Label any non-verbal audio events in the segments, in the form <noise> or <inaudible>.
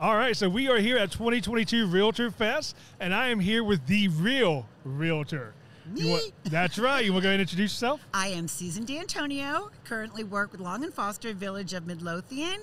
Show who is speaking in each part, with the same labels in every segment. Speaker 1: All right, so we are here at 2022 Realtor Fest, and I am here with the real realtor. You want-
Speaker 2: <laughs>
Speaker 1: that's right. You want to go ahead and introduce yourself?
Speaker 2: I am Susan D'Antonio, currently work with Long and Foster Village of Midlothian,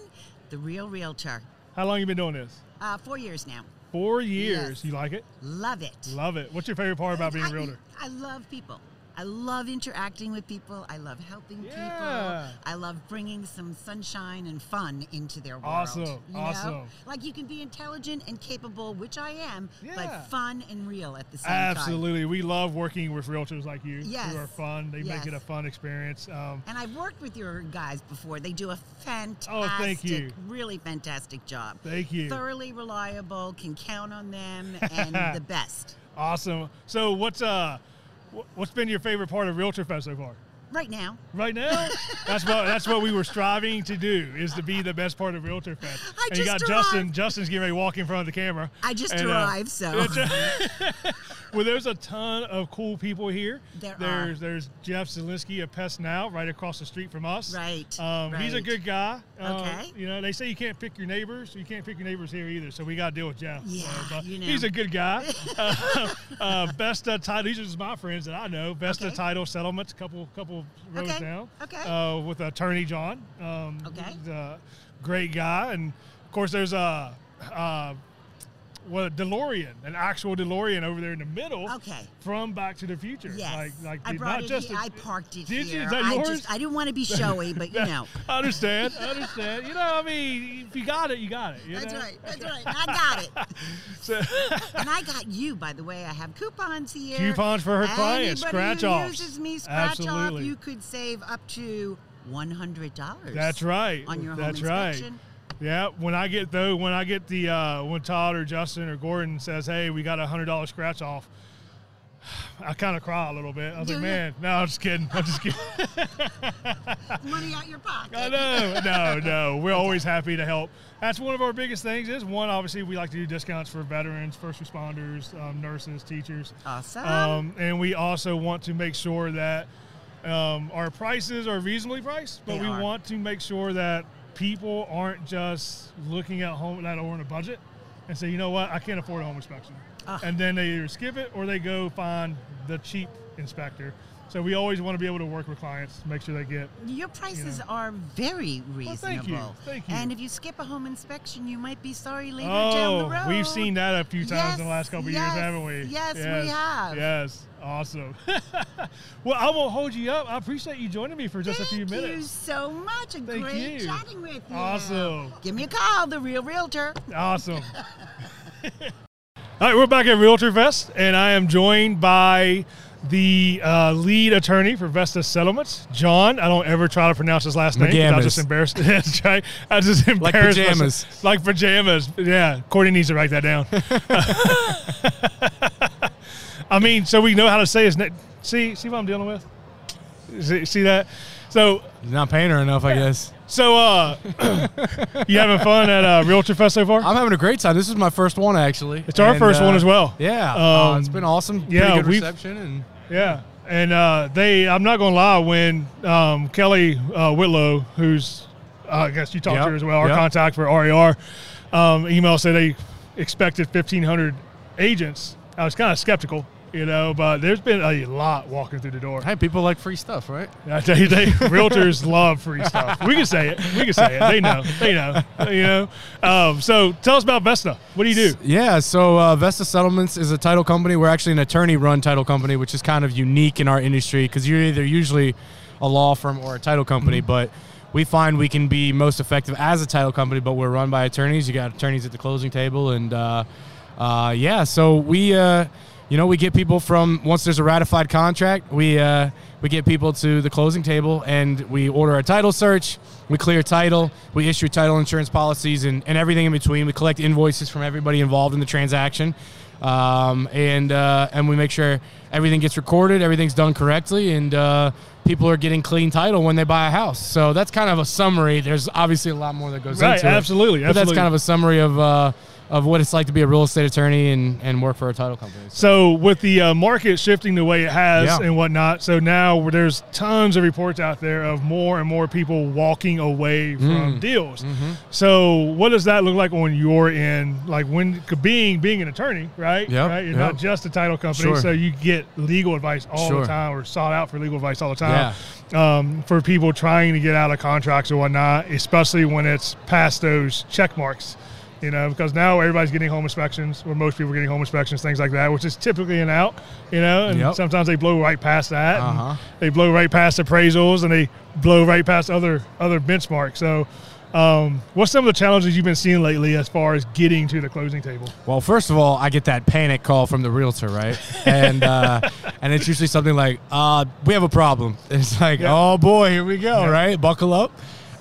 Speaker 2: the real realtor.
Speaker 1: How long you been doing this?
Speaker 2: Uh, four years now.
Speaker 1: Four years.
Speaker 2: Yes.
Speaker 1: You like it?
Speaker 2: Love it.
Speaker 1: Love it. What's your favorite part about being a
Speaker 2: I-
Speaker 1: realtor?
Speaker 2: I, love people. I love interacting with people. I love helping
Speaker 1: Yeah.
Speaker 2: people. I love bringing some sunshine and fun into their world.
Speaker 1: Awesome,
Speaker 2: you know?
Speaker 1: awesome.
Speaker 2: Like you can be intelligent and capable, which I am,
Speaker 1: Yeah.
Speaker 2: but fun and real at the same time.
Speaker 1: Absolutely. We love working with realtors like you.
Speaker 2: Yes.
Speaker 1: Who are fun. They make
Speaker 2: Yes.
Speaker 1: it a fun experience. Um,
Speaker 2: And I've worked with your guys before. They do a fantastic,
Speaker 1: Oh, thank you.
Speaker 2: really fantastic job.
Speaker 1: Thank you.
Speaker 2: Thoroughly reliable, can count on
Speaker 1: <laughs>
Speaker 2: them, and the best.
Speaker 1: awesome. So what's uh wh- what's been your favorite part of Realtor Fest so far?
Speaker 2: Right now,
Speaker 1: Right now, that's what that's what we were striving to do is to be the best part of Realtor Fest.
Speaker 2: I
Speaker 1: and you got
Speaker 2: just
Speaker 1: Justin.
Speaker 2: arrived.
Speaker 1: Justin's getting ready to walk in front of the camera.
Speaker 2: I just
Speaker 1: And, uh,
Speaker 2: arrived,
Speaker 1: <laughs>
Speaker 2: so <laughs>
Speaker 1: well, there's a ton of cool people here.
Speaker 2: There are.
Speaker 1: there's there's Jeff Zielinski of Pest Now, right across the street from us.
Speaker 2: Right,
Speaker 1: Um, He's a
Speaker 2: right.
Speaker 1: good guy. Um,
Speaker 2: Okay.
Speaker 1: You know, they say you can't pick your neighbors. you can't pick your neighbors here either. So we got to deal with Jeff. Uh,
Speaker 2: Yeah,
Speaker 1: but
Speaker 2: you know.
Speaker 1: He's a
Speaker 2: <laughs>
Speaker 1: good guy. uh, <laughs> uh, best uh, title. These are just my friends that I know. Best of
Speaker 2: Okay.
Speaker 1: title settlements. Couple couple rows
Speaker 2: Okay,
Speaker 1: down.
Speaker 2: okay.
Speaker 1: Uh, with attorney John. Um,
Speaker 2: Okay.
Speaker 1: He's a great guy, and of course there's a. Uh, well, a DeLorean, an actual DeLorean over there in the middle.
Speaker 2: Okay.
Speaker 1: From Back to the Future.
Speaker 2: yes.
Speaker 1: Like, like
Speaker 2: I
Speaker 1: the-
Speaker 2: brought
Speaker 1: not
Speaker 2: it.
Speaker 1: just
Speaker 2: here.
Speaker 1: the-
Speaker 2: I parked it
Speaker 1: Did you?
Speaker 2: here.
Speaker 1: Is that
Speaker 2: I
Speaker 1: yours?
Speaker 2: just I didn't want to be showy, but
Speaker 1: <laughs>
Speaker 2: you know.
Speaker 1: I understand. I understand. You know, I mean, if you got it, you got it. you
Speaker 2: That's
Speaker 1: know?
Speaker 2: right. That's right. I got it.
Speaker 1: <laughs> So,
Speaker 2: And I got you, by the way. I have coupons here.
Speaker 1: Coupons for her clients,
Speaker 2: Anybody who
Speaker 1: scratch-offs.
Speaker 2: uses me scratch
Speaker 1: Absolutely.
Speaker 2: off, you could save up to $100.
Speaker 1: that's right.
Speaker 2: On your home
Speaker 1: that's right.
Speaker 2: inspection.
Speaker 1: Yeah. When I get though, when I get the uh, when Todd or Justin or Gordon says, "Hey, we got a hundred dollar scratch off," <sighs> I kind of cry a little bit. I was
Speaker 2: Do
Speaker 1: like,
Speaker 2: you?
Speaker 1: "Man, no, I'm just kidding. I'm just kidding." <laughs>
Speaker 2: Money out your pocket.
Speaker 1: I know. No, no.
Speaker 2: <laughs>
Speaker 1: We're always happy to help. That's one of our biggest things. Is one obviously we like to do discounts for veterans, first responders, um, nurses, teachers.
Speaker 2: Awesome.
Speaker 1: Um, and we also want to make sure that um, our prices are reasonably priced, but
Speaker 2: They
Speaker 1: we
Speaker 2: are.
Speaker 1: want to make sure that people aren't just looking at home that are on a budget and say, you know what, I can't afford a home inspection.
Speaker 2: Ah.
Speaker 1: And then they either skip it or they go find the cheap inspector. So we always want to be able to work with clients to make sure they get
Speaker 2: Your prices are very reasonable.
Speaker 1: thank you, thank you.
Speaker 2: And if you skip a home inspection, you might be sorry later down
Speaker 1: Oh,
Speaker 2: the road.
Speaker 1: we've seen that a few times in the
Speaker 2: Yes,
Speaker 1: last couple of years,
Speaker 2: yes,
Speaker 1: haven't we?
Speaker 2: yes, we have.
Speaker 1: Yes, awesome. <laughs> well, I won't hold you up. I appreciate you joining me for just
Speaker 2: Thank
Speaker 1: a few
Speaker 2: you
Speaker 1: minutes.
Speaker 2: so much. A
Speaker 1: Thank
Speaker 2: great
Speaker 1: you.
Speaker 2: chatting with you.
Speaker 1: Awesome.
Speaker 2: Give me a call, the real realtor. <laughs>
Speaker 1: Awesome. All right, we're back at Realtor Fest, and I am joined by the uh, lead attorney for Vesta Settlements, John. I don't ever try to pronounce his last name. 'cause I'm
Speaker 3: McGamas.
Speaker 1: just embarrassed. <laughs> That's right. I just embarrassed myself.
Speaker 3: pajamas.
Speaker 1: Like pajamas. Yeah, Courtney needs to write that down. <laughs> I mean, so we know how to say his name. See, see what I'm dealing with. See, see that? So,
Speaker 3: You're not paying her enough, I guess.
Speaker 1: so uh, <laughs> you having fun at uh, Realtor Fest so far?
Speaker 3: I'm having a great time. This is my first one, actually. uh,
Speaker 1: It's our first one as well.
Speaker 3: Yeah, Uh,
Speaker 1: Um,
Speaker 3: it's been awesome.
Speaker 1: yeah,
Speaker 3: Pretty good
Speaker 1: we've-
Speaker 3: reception and
Speaker 1: Yeah, and uh, they. I'm not gonna lie. When um, Kelly uh, Whitlow, who's uh, I guess you talked to
Speaker 3: Yep,
Speaker 1: her as well, our
Speaker 3: yep.
Speaker 1: contact for RER, um, email said they expected 1,500 agents. I was kind of skeptical, you know, but there's been a lot walking through the door.
Speaker 3: hey, people like free
Speaker 1: <laughs>
Speaker 3: stuff, right?
Speaker 1: I tell you, they, realtors love free stuff. We can say it. We can say it. They know. They know. <laughs> You know. Um, so tell us about Vesta. What do you do?
Speaker 3: Yeah, so uh, Vesta Settlements is a title company. We're actually an attorney-run title company, which is kind of unique in our industry because you're either usually a law firm or a title company,
Speaker 1: Mm-hmm.
Speaker 3: but we find we can be most effective as a title company, but we're run by attorneys. You got attorneys at the closing table, and uh, uh, yeah, so we, uh, you know, we get people from once there's a ratified contract, we uh, we get people to the closing table, and we order a title search. We clear title, we issue title insurance policies, and, and everything in between. We collect invoices from everybody involved in the transaction, um, and uh, and we make sure everything gets recorded, everything's done correctly, and uh, people are getting clean title when they buy a house. So that's kind of a summary. There's obviously a lot more that goes
Speaker 1: Right,
Speaker 3: into it,
Speaker 1: absolutely,
Speaker 3: but that's
Speaker 1: absolutely.
Speaker 3: kind of a summary of uh, of what it's like to be a real estate attorney and, and work for a title company.
Speaker 1: So with the uh, market shifting the way it has
Speaker 3: Yeah.
Speaker 1: and whatnot, so now where there's tons of reports out there of more and more people walking
Speaker 3: Mm.
Speaker 1: away
Speaker 3: Mm-hmm.
Speaker 1: from deals. So what does that look like on your end? Like when being being an attorney, right?
Speaker 3: Yep,
Speaker 1: Right. You're
Speaker 3: yep.
Speaker 1: not just a title company,
Speaker 3: Sure.
Speaker 1: so you get legal advice all
Speaker 3: Sure.
Speaker 1: the time, or sought out for legal advice all the time um, for people trying to get out of contracts or whatnot, especially when it's past those check marks. You know, because now everybody's getting home inspections, or most people are getting home inspections, things like that, which is typically an out. You know, and
Speaker 3: Yep.
Speaker 1: sometimes they blow right past that. and
Speaker 3: Uh-huh.
Speaker 1: They blow right past appraisals, and they blow right past other other benchmarks. So. Um, what's some of the challenges you've been seeing lately as far as getting to the closing table?
Speaker 3: Well, first of all, I get that panic call from the realtor, <laughs> right? And uh, and it's usually something like, uh, "We have a problem." <laughs> It's like,
Speaker 1: Yeah.
Speaker 3: "Oh boy, here we go!"
Speaker 1: Yeah.
Speaker 3: Right? Buckle up.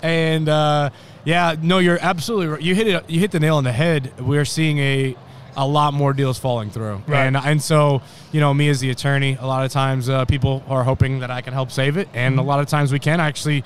Speaker 3: And uh, yeah, no, you're absolutely right. You hit it. You hit the nail on the head. We're seeing a a lot more deals falling through,
Speaker 1: Right.
Speaker 3: and and so you know, me as the attorney, a lot of times uh, people are hoping that I can help save it, and a lot of times we can I actually.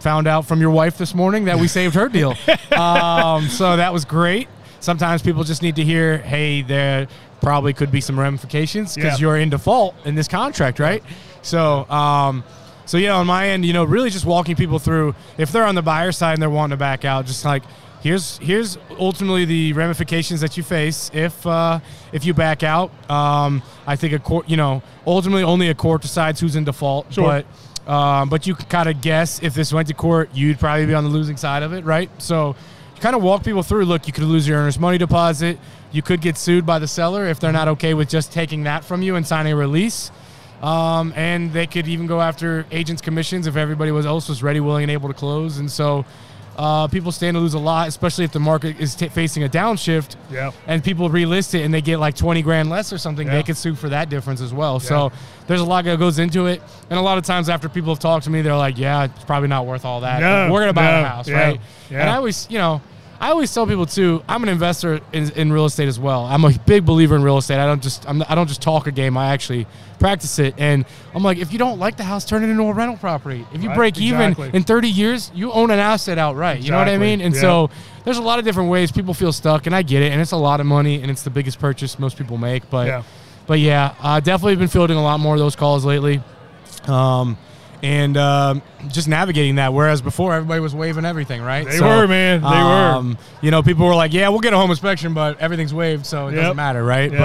Speaker 3: Found out from your wife this morning that we saved
Speaker 1: <laughs>
Speaker 3: her deal, um, so that was great sometimes people just need to hear, hey, there probably could be some ramifications because
Speaker 1: Yeah.
Speaker 3: you're in default in this contract, right? So, um, so yeah, on my end, you know, really just walking people through if they're on the buyer side and they're wanting to back out, just like here's here's ultimately the ramifications that you face if uh, if you back out. Um, I think a court, you know, ultimately only a court decides who's in default,
Speaker 1: Sure.
Speaker 3: but um, but you can kind of guess if this went to court, you'd probably be on the losing side of it, right? So you kind of walk people through look, you could lose your earnest money deposit. You could get sued by the seller if they're not okay with just taking that from you and signing a release. Um, and they could even go after agents' commissions if everybody was else was ready, willing, and able to close. And so uh, people stand to lose a lot, especially if the market is t- facing a downshift
Speaker 1: Yeah.
Speaker 3: and people relist it and they get like 20 grand less or something,
Speaker 1: Yeah.
Speaker 3: they could sue for that difference as well. So there's a lot that goes into it. And a lot of times after people have talked to me, they're like, yeah, it's probably not worth all that.
Speaker 1: No,
Speaker 3: We're going to buy
Speaker 1: no,
Speaker 3: a house,
Speaker 1: yeah,
Speaker 3: right?
Speaker 1: yeah.
Speaker 3: And I always, you know, I always tell people too, I'm an investor in, in real estate as well. I'm a big believer in real estate. I don't just I'm, I don't just talk a game. I actually practice it. And I'm like, if you don't like the house, turn it into a rental property. If you
Speaker 1: Right,
Speaker 3: break
Speaker 1: exactly.
Speaker 3: even in 30 years, you own an asset outright. You know what I
Speaker 1: Exactly,
Speaker 3: mean? And
Speaker 1: yeah.
Speaker 3: so there's a lot of different ways people feel stuck, and I get it, and it's a lot of money, and it's the biggest purchase most people make. But
Speaker 1: Yeah.
Speaker 3: but yeah, uh, definitely been fielding a lot more of those calls lately, um, and um, just navigating that. Whereas before, everybody was waving everything, right?
Speaker 1: They were, man. They were.
Speaker 3: were. You know, people were like, "Yeah, we'll get a home inspection, but everything's waived, so it
Speaker 1: Yep.
Speaker 3: doesn't matter, right?"
Speaker 1: Yep.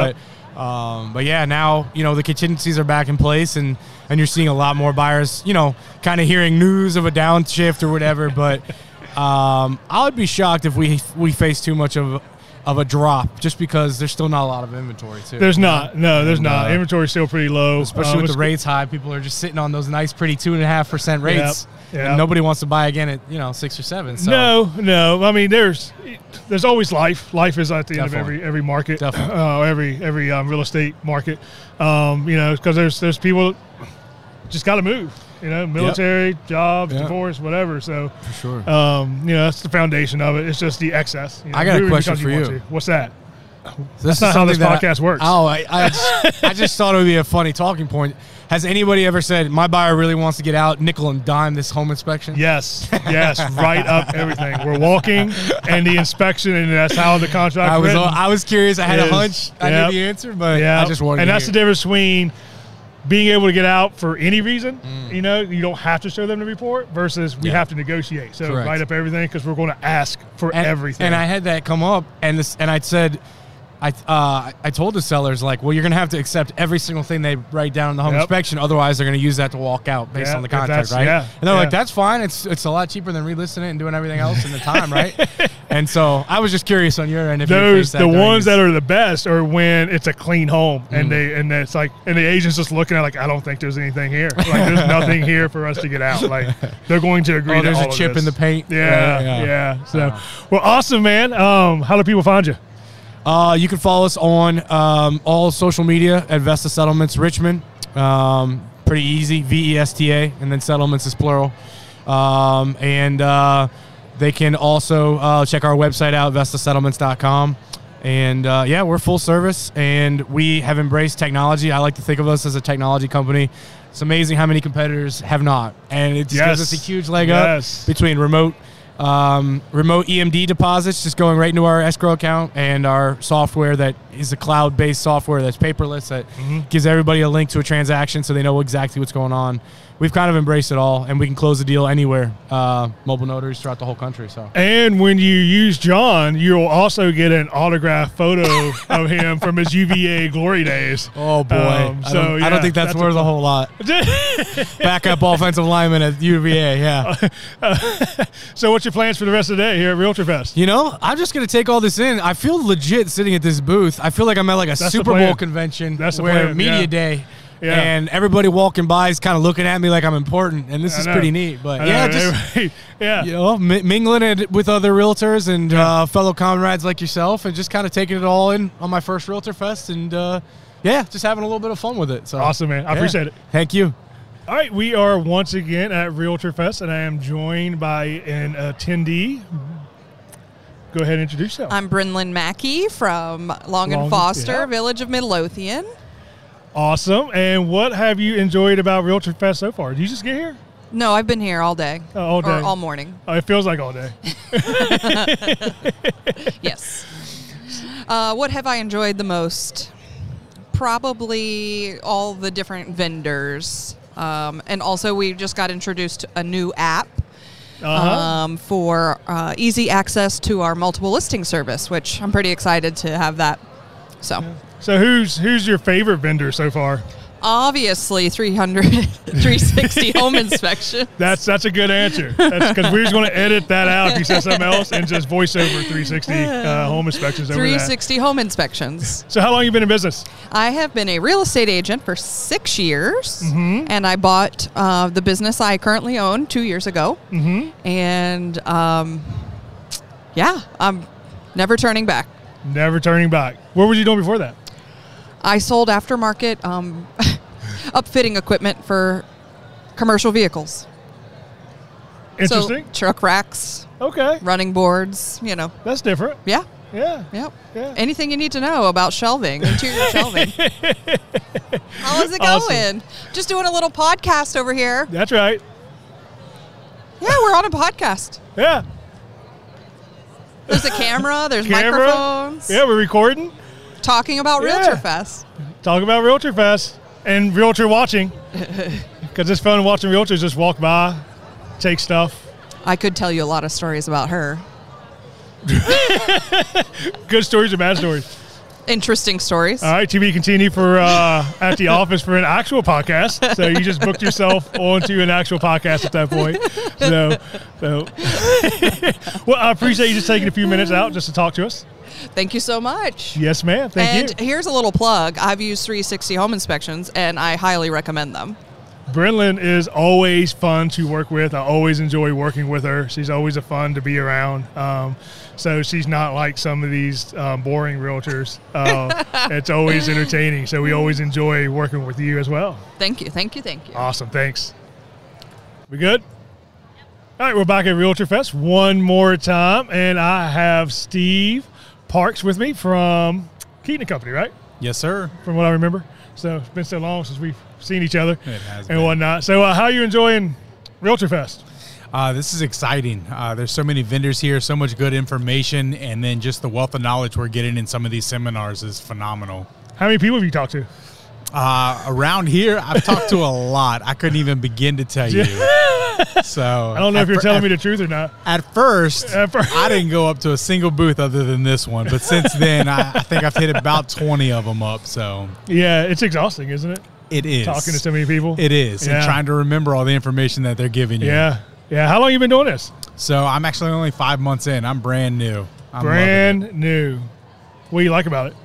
Speaker 3: But um, but yeah, now you know the contingencies are back in place, and and you're seeing a lot more buyers, you know, kind of hearing news of a downshift
Speaker 1: <laughs>
Speaker 3: or whatever. but um, I would be shocked if we we face too much of of a drop, just because there's still not a lot of inventory too.
Speaker 1: There's not. No, there's not.
Speaker 3: uh,
Speaker 1: Inventory's still pretty low.
Speaker 3: especially
Speaker 1: Um,
Speaker 3: with
Speaker 1: it's-
Speaker 3: the rates high, people are just sitting on those nice, pretty two and a half percent rates,
Speaker 1: Yep.
Speaker 3: and nobody wants to buy again at you know six or seven. So.
Speaker 1: No, no. I mean, there's there's always life. Life is at the end of
Speaker 3: Definitely.
Speaker 1: every every market,
Speaker 3: Definitely.
Speaker 1: uh, every every um, real estate market. Um, you know, because there's there's people just got to move. You know, military, jobs,
Speaker 3: Yeah.
Speaker 1: divorce, whatever. So,
Speaker 3: for sure.
Speaker 1: um, you know, that's the foundation of it. It's just the excess. You know,
Speaker 3: I got a
Speaker 1: move it
Speaker 3: question
Speaker 1: because
Speaker 3: for
Speaker 1: want
Speaker 3: you.
Speaker 1: to. What's that?
Speaker 3: That's
Speaker 1: not how this podcast works.
Speaker 3: Oh, I, I,
Speaker 1: <laughs>
Speaker 3: just, I just thought it would be a funny talking point. Has anybody ever said my buyer really wants to get out nickel and dime this home inspection?
Speaker 1: Yes,
Speaker 3: <laughs>
Speaker 1: yes, right up everything. We're walking and the inspection, and that's how the contract.
Speaker 3: I was
Speaker 1: written.
Speaker 3: I was curious. I had
Speaker 1: Is-
Speaker 3: a hunch. I
Speaker 1: yep.
Speaker 3: knew the answer, but
Speaker 1: Yeah,
Speaker 3: I just wanted.
Speaker 1: And
Speaker 3: to
Speaker 1: that's the
Speaker 3: hear.
Speaker 1: difference between being able to get out for any reason. You know, you don't have to show them the report versus we
Speaker 3: Mm. Yeah.
Speaker 1: have to negotiate. So
Speaker 3: Correct.
Speaker 1: write up everything because we're going to ask for
Speaker 3: and,
Speaker 1: everything.
Speaker 3: And I had that come up, and this, and I said, I uh, I told the sellers like, well, you're gonna have to accept every single thing they write down in the home
Speaker 1: Yep.
Speaker 3: inspection, otherwise they're gonna use that to walk out based
Speaker 1: Yeah,
Speaker 3: on the
Speaker 1: if
Speaker 3: contract,
Speaker 1: that's-
Speaker 3: right?
Speaker 1: yeah,
Speaker 3: and they're
Speaker 1: yeah.
Speaker 3: like, that's fine. It's it's a lot cheaper than relisting it and doing everything else in the time, right?
Speaker 1: <laughs>
Speaker 3: and so I was just curious on your end if you
Speaker 1: those
Speaker 3: faced that
Speaker 1: the
Speaker 3: during Mm.
Speaker 1: ones
Speaker 3: this-
Speaker 1: that are the best are when it's a clean home and they and it's like and the agent's just looking at it like I don't think there's anything here like there's nothing here for us to get out
Speaker 3: <laughs>
Speaker 1: like they're going to agree
Speaker 3: Oh,
Speaker 1: to
Speaker 3: there's a
Speaker 1: all of
Speaker 3: chip in
Speaker 1: this.
Speaker 3: the paint.
Speaker 1: yeah
Speaker 3: Yeah,
Speaker 1: yeah,
Speaker 3: yeah.
Speaker 1: so well awesome man um how do people find you
Speaker 3: Uh, you can follow us on um, all social media at Vesta Settlements Richmond. Um, pretty easy, V E S T A, and then settlements is plural. Um, and uh, they can also uh, check our website out, vestasettlements.com. And uh, yeah, we're full service and we have embraced technology. I like to think of us as a technology company. It's amazing how many competitors have not. And it just
Speaker 1: Yes.
Speaker 3: gives us a huge leg
Speaker 1: Yes.
Speaker 3: up between remote um, remote EMD deposits just going right into our escrow account and our software that is a cloud based software that's paperless that
Speaker 1: Mm-hmm.
Speaker 3: gives everybody a link to a transaction so they know exactly what's going on. We've kind of embraced it all and we can close the deal anywhere, uh, mobile notaries throughout the whole country. So
Speaker 1: And when you use John, you'll also get an autographed photo of him from his UVA glory days.
Speaker 3: <laughs> Oh boy!
Speaker 1: Um,
Speaker 3: I, don't, I
Speaker 1: yeah,
Speaker 3: don't think that's, worth a whole
Speaker 1: <laughs>
Speaker 3: lot. Backup offensive lineman at UVA. Yeah.
Speaker 1: <laughs> so, what's your plans for the rest of the day here at Realtor Fest?
Speaker 3: You know, I'm just gonna take all this in. I feel legit sitting at this booth. I feel like I'm at like a
Speaker 1: the
Speaker 3: Super Bowl
Speaker 1: plan.
Speaker 3: convention
Speaker 1: That's the
Speaker 3: where
Speaker 1: plan,
Speaker 3: media
Speaker 1: yeah.
Speaker 3: day.
Speaker 1: Yeah.
Speaker 3: And everybody walking by is kind of looking at me like I'm important, and this
Speaker 1: I
Speaker 3: is
Speaker 1: know.
Speaker 3: pretty neat. But
Speaker 1: I
Speaker 3: yeah,
Speaker 1: know,
Speaker 3: just
Speaker 1: right? <laughs> yeah.
Speaker 3: you know, mi- mingling it with other realtors and uh, fellow comrades like yourself, and just kind of taking it all in on my first Realtor Fest, and uh, yeah, just having a little bit of fun with it. So
Speaker 1: Awesome, man. I
Speaker 3: yeah.
Speaker 1: appreciate it.
Speaker 3: Thank you.
Speaker 1: All right, we are once again at Realtor Fest, and I am joined by an attendee. Go ahead and introduce yourself.
Speaker 4: I'm Brinlin Mackey from Long,
Speaker 1: Long-
Speaker 4: and Foster,
Speaker 1: yeah.
Speaker 4: Village of Midlothian.
Speaker 1: awesome. And what have you enjoyed about Realtor Fest so far? Did you just get here?
Speaker 4: No, I've been here all day.
Speaker 1: Oh, all day.
Speaker 4: Or all
Speaker 1: <laughs>
Speaker 4: morning.
Speaker 1: Oh, it feels like all
Speaker 4: <laughs>
Speaker 1: day.
Speaker 4: yes. Uh, what have I enjoyed the most? Probably all the different vendors. Um, and also, we just got introduced to a new app
Speaker 1: Uh-huh.
Speaker 4: um, for uh, easy access to our multiple listing service, which I'm pretty excited to have that. So,
Speaker 1: so who's who's your favorite vendor so far?
Speaker 4: obviously, 300, <laughs> 360
Speaker 1: <laughs>
Speaker 4: home inspection.
Speaker 1: That's that's a good answer. That's because we're just going to edit that out. If you said something else and just voice over 360 uh, home inspections over that.
Speaker 4: 360 home inspections.
Speaker 1: <laughs> So how long you been in business?
Speaker 4: I have been a real estate agent for six years,
Speaker 1: Mm-hmm.
Speaker 4: and I bought uh, the business I currently own two years ago. Mm-hmm. And um, yeah, I'm never turning back.
Speaker 1: Never turning back. What were you doing before that?
Speaker 4: I sold aftermarket um, <laughs> upfitting equipment for commercial vehicles.
Speaker 1: Interesting.
Speaker 4: So truck racks,
Speaker 1: okay,
Speaker 4: running boards, you know.
Speaker 1: that's different.
Speaker 4: Yeah,
Speaker 1: Yeah.
Speaker 4: yep.
Speaker 1: Yeah.
Speaker 4: Anything you need to know about shelving,
Speaker 1: <laughs>
Speaker 4: interior shelving. How is it going?
Speaker 1: Awesome.
Speaker 4: Just doing a little podcast over here.
Speaker 1: That's right.
Speaker 4: Yeah, we're on a podcast.
Speaker 1: Yeah.
Speaker 4: There's a camera, there's
Speaker 1: Camera.
Speaker 4: microphones.
Speaker 1: Yeah, we're recording.
Speaker 4: Talking about
Speaker 1: Yeah.
Speaker 4: Realtor Fest.
Speaker 1: Talk about Realtor Fest and
Speaker 4: <laughs>
Speaker 1: Realtor watching. Because it's fun watching realtors just walk by, take stuff.
Speaker 4: I could tell you a lot of stories about her.
Speaker 1: <laughs> Good stories and bad stories.
Speaker 4: Interesting stories.
Speaker 1: All right, TV continue for uh,
Speaker 4: <laughs>
Speaker 1: at the office for an actual podcast. So you just booked yourself onto an actual podcast at that point. So, so. <laughs> well, I appreciate you just taking a few minutes out just to talk to us.
Speaker 4: Thank you so much.
Speaker 1: Yes, ma'am. Thank
Speaker 4: and
Speaker 1: you,
Speaker 4: here's a little plug. I've used 360 home inspections and I highly recommend them.
Speaker 1: Brenlin is always fun to work with. I always enjoy working with her. She's always a fun to be around. Um, so she's not like some of these um, boring realtors. Uh, it's always entertaining. So we always enjoy working with you as well.
Speaker 4: Thank you, thank you, thank you.
Speaker 1: Awesome. Thanks. We good? All right, we're back at Realtor Fest one more time, and I have Steve Parks with me from Keaton and Company, right?
Speaker 5: Yes, sir.
Speaker 1: From what I remember. So it's been so long since we've seen each other
Speaker 5: It has
Speaker 1: and
Speaker 5: been.
Speaker 1: whatnot. So, uh, how are you enjoying Realtor Fest?
Speaker 5: Uh, this is exciting. Uh, there's so many vendors here, so much good information, and then just the wealth of knowledge we're getting in some of these seminars is phenomenal.
Speaker 1: How many people have you talked to?
Speaker 5: Uh, around here, I've
Speaker 1: <laughs>
Speaker 5: talked to a lot. I couldn't even begin to tell you. So
Speaker 1: I don't know if you're telling me the truth or not.
Speaker 5: At first,
Speaker 1: At first.
Speaker 5: I didn't go up to a single booth other than this one, but since then, I, I think I've hit about 20 of them up. So
Speaker 1: Yeah, it's exhausting, isn't it?
Speaker 5: it is
Speaker 1: Talking to so many people.
Speaker 5: It is,
Speaker 1: Yeah.
Speaker 5: and trying to remember all the information that they're giving you.
Speaker 1: Yeah. Yeah. How long you been doing this?
Speaker 5: So I'm actually only five months in. I'm brand new. I'm loving it.
Speaker 1: Brand new. What do you like about it?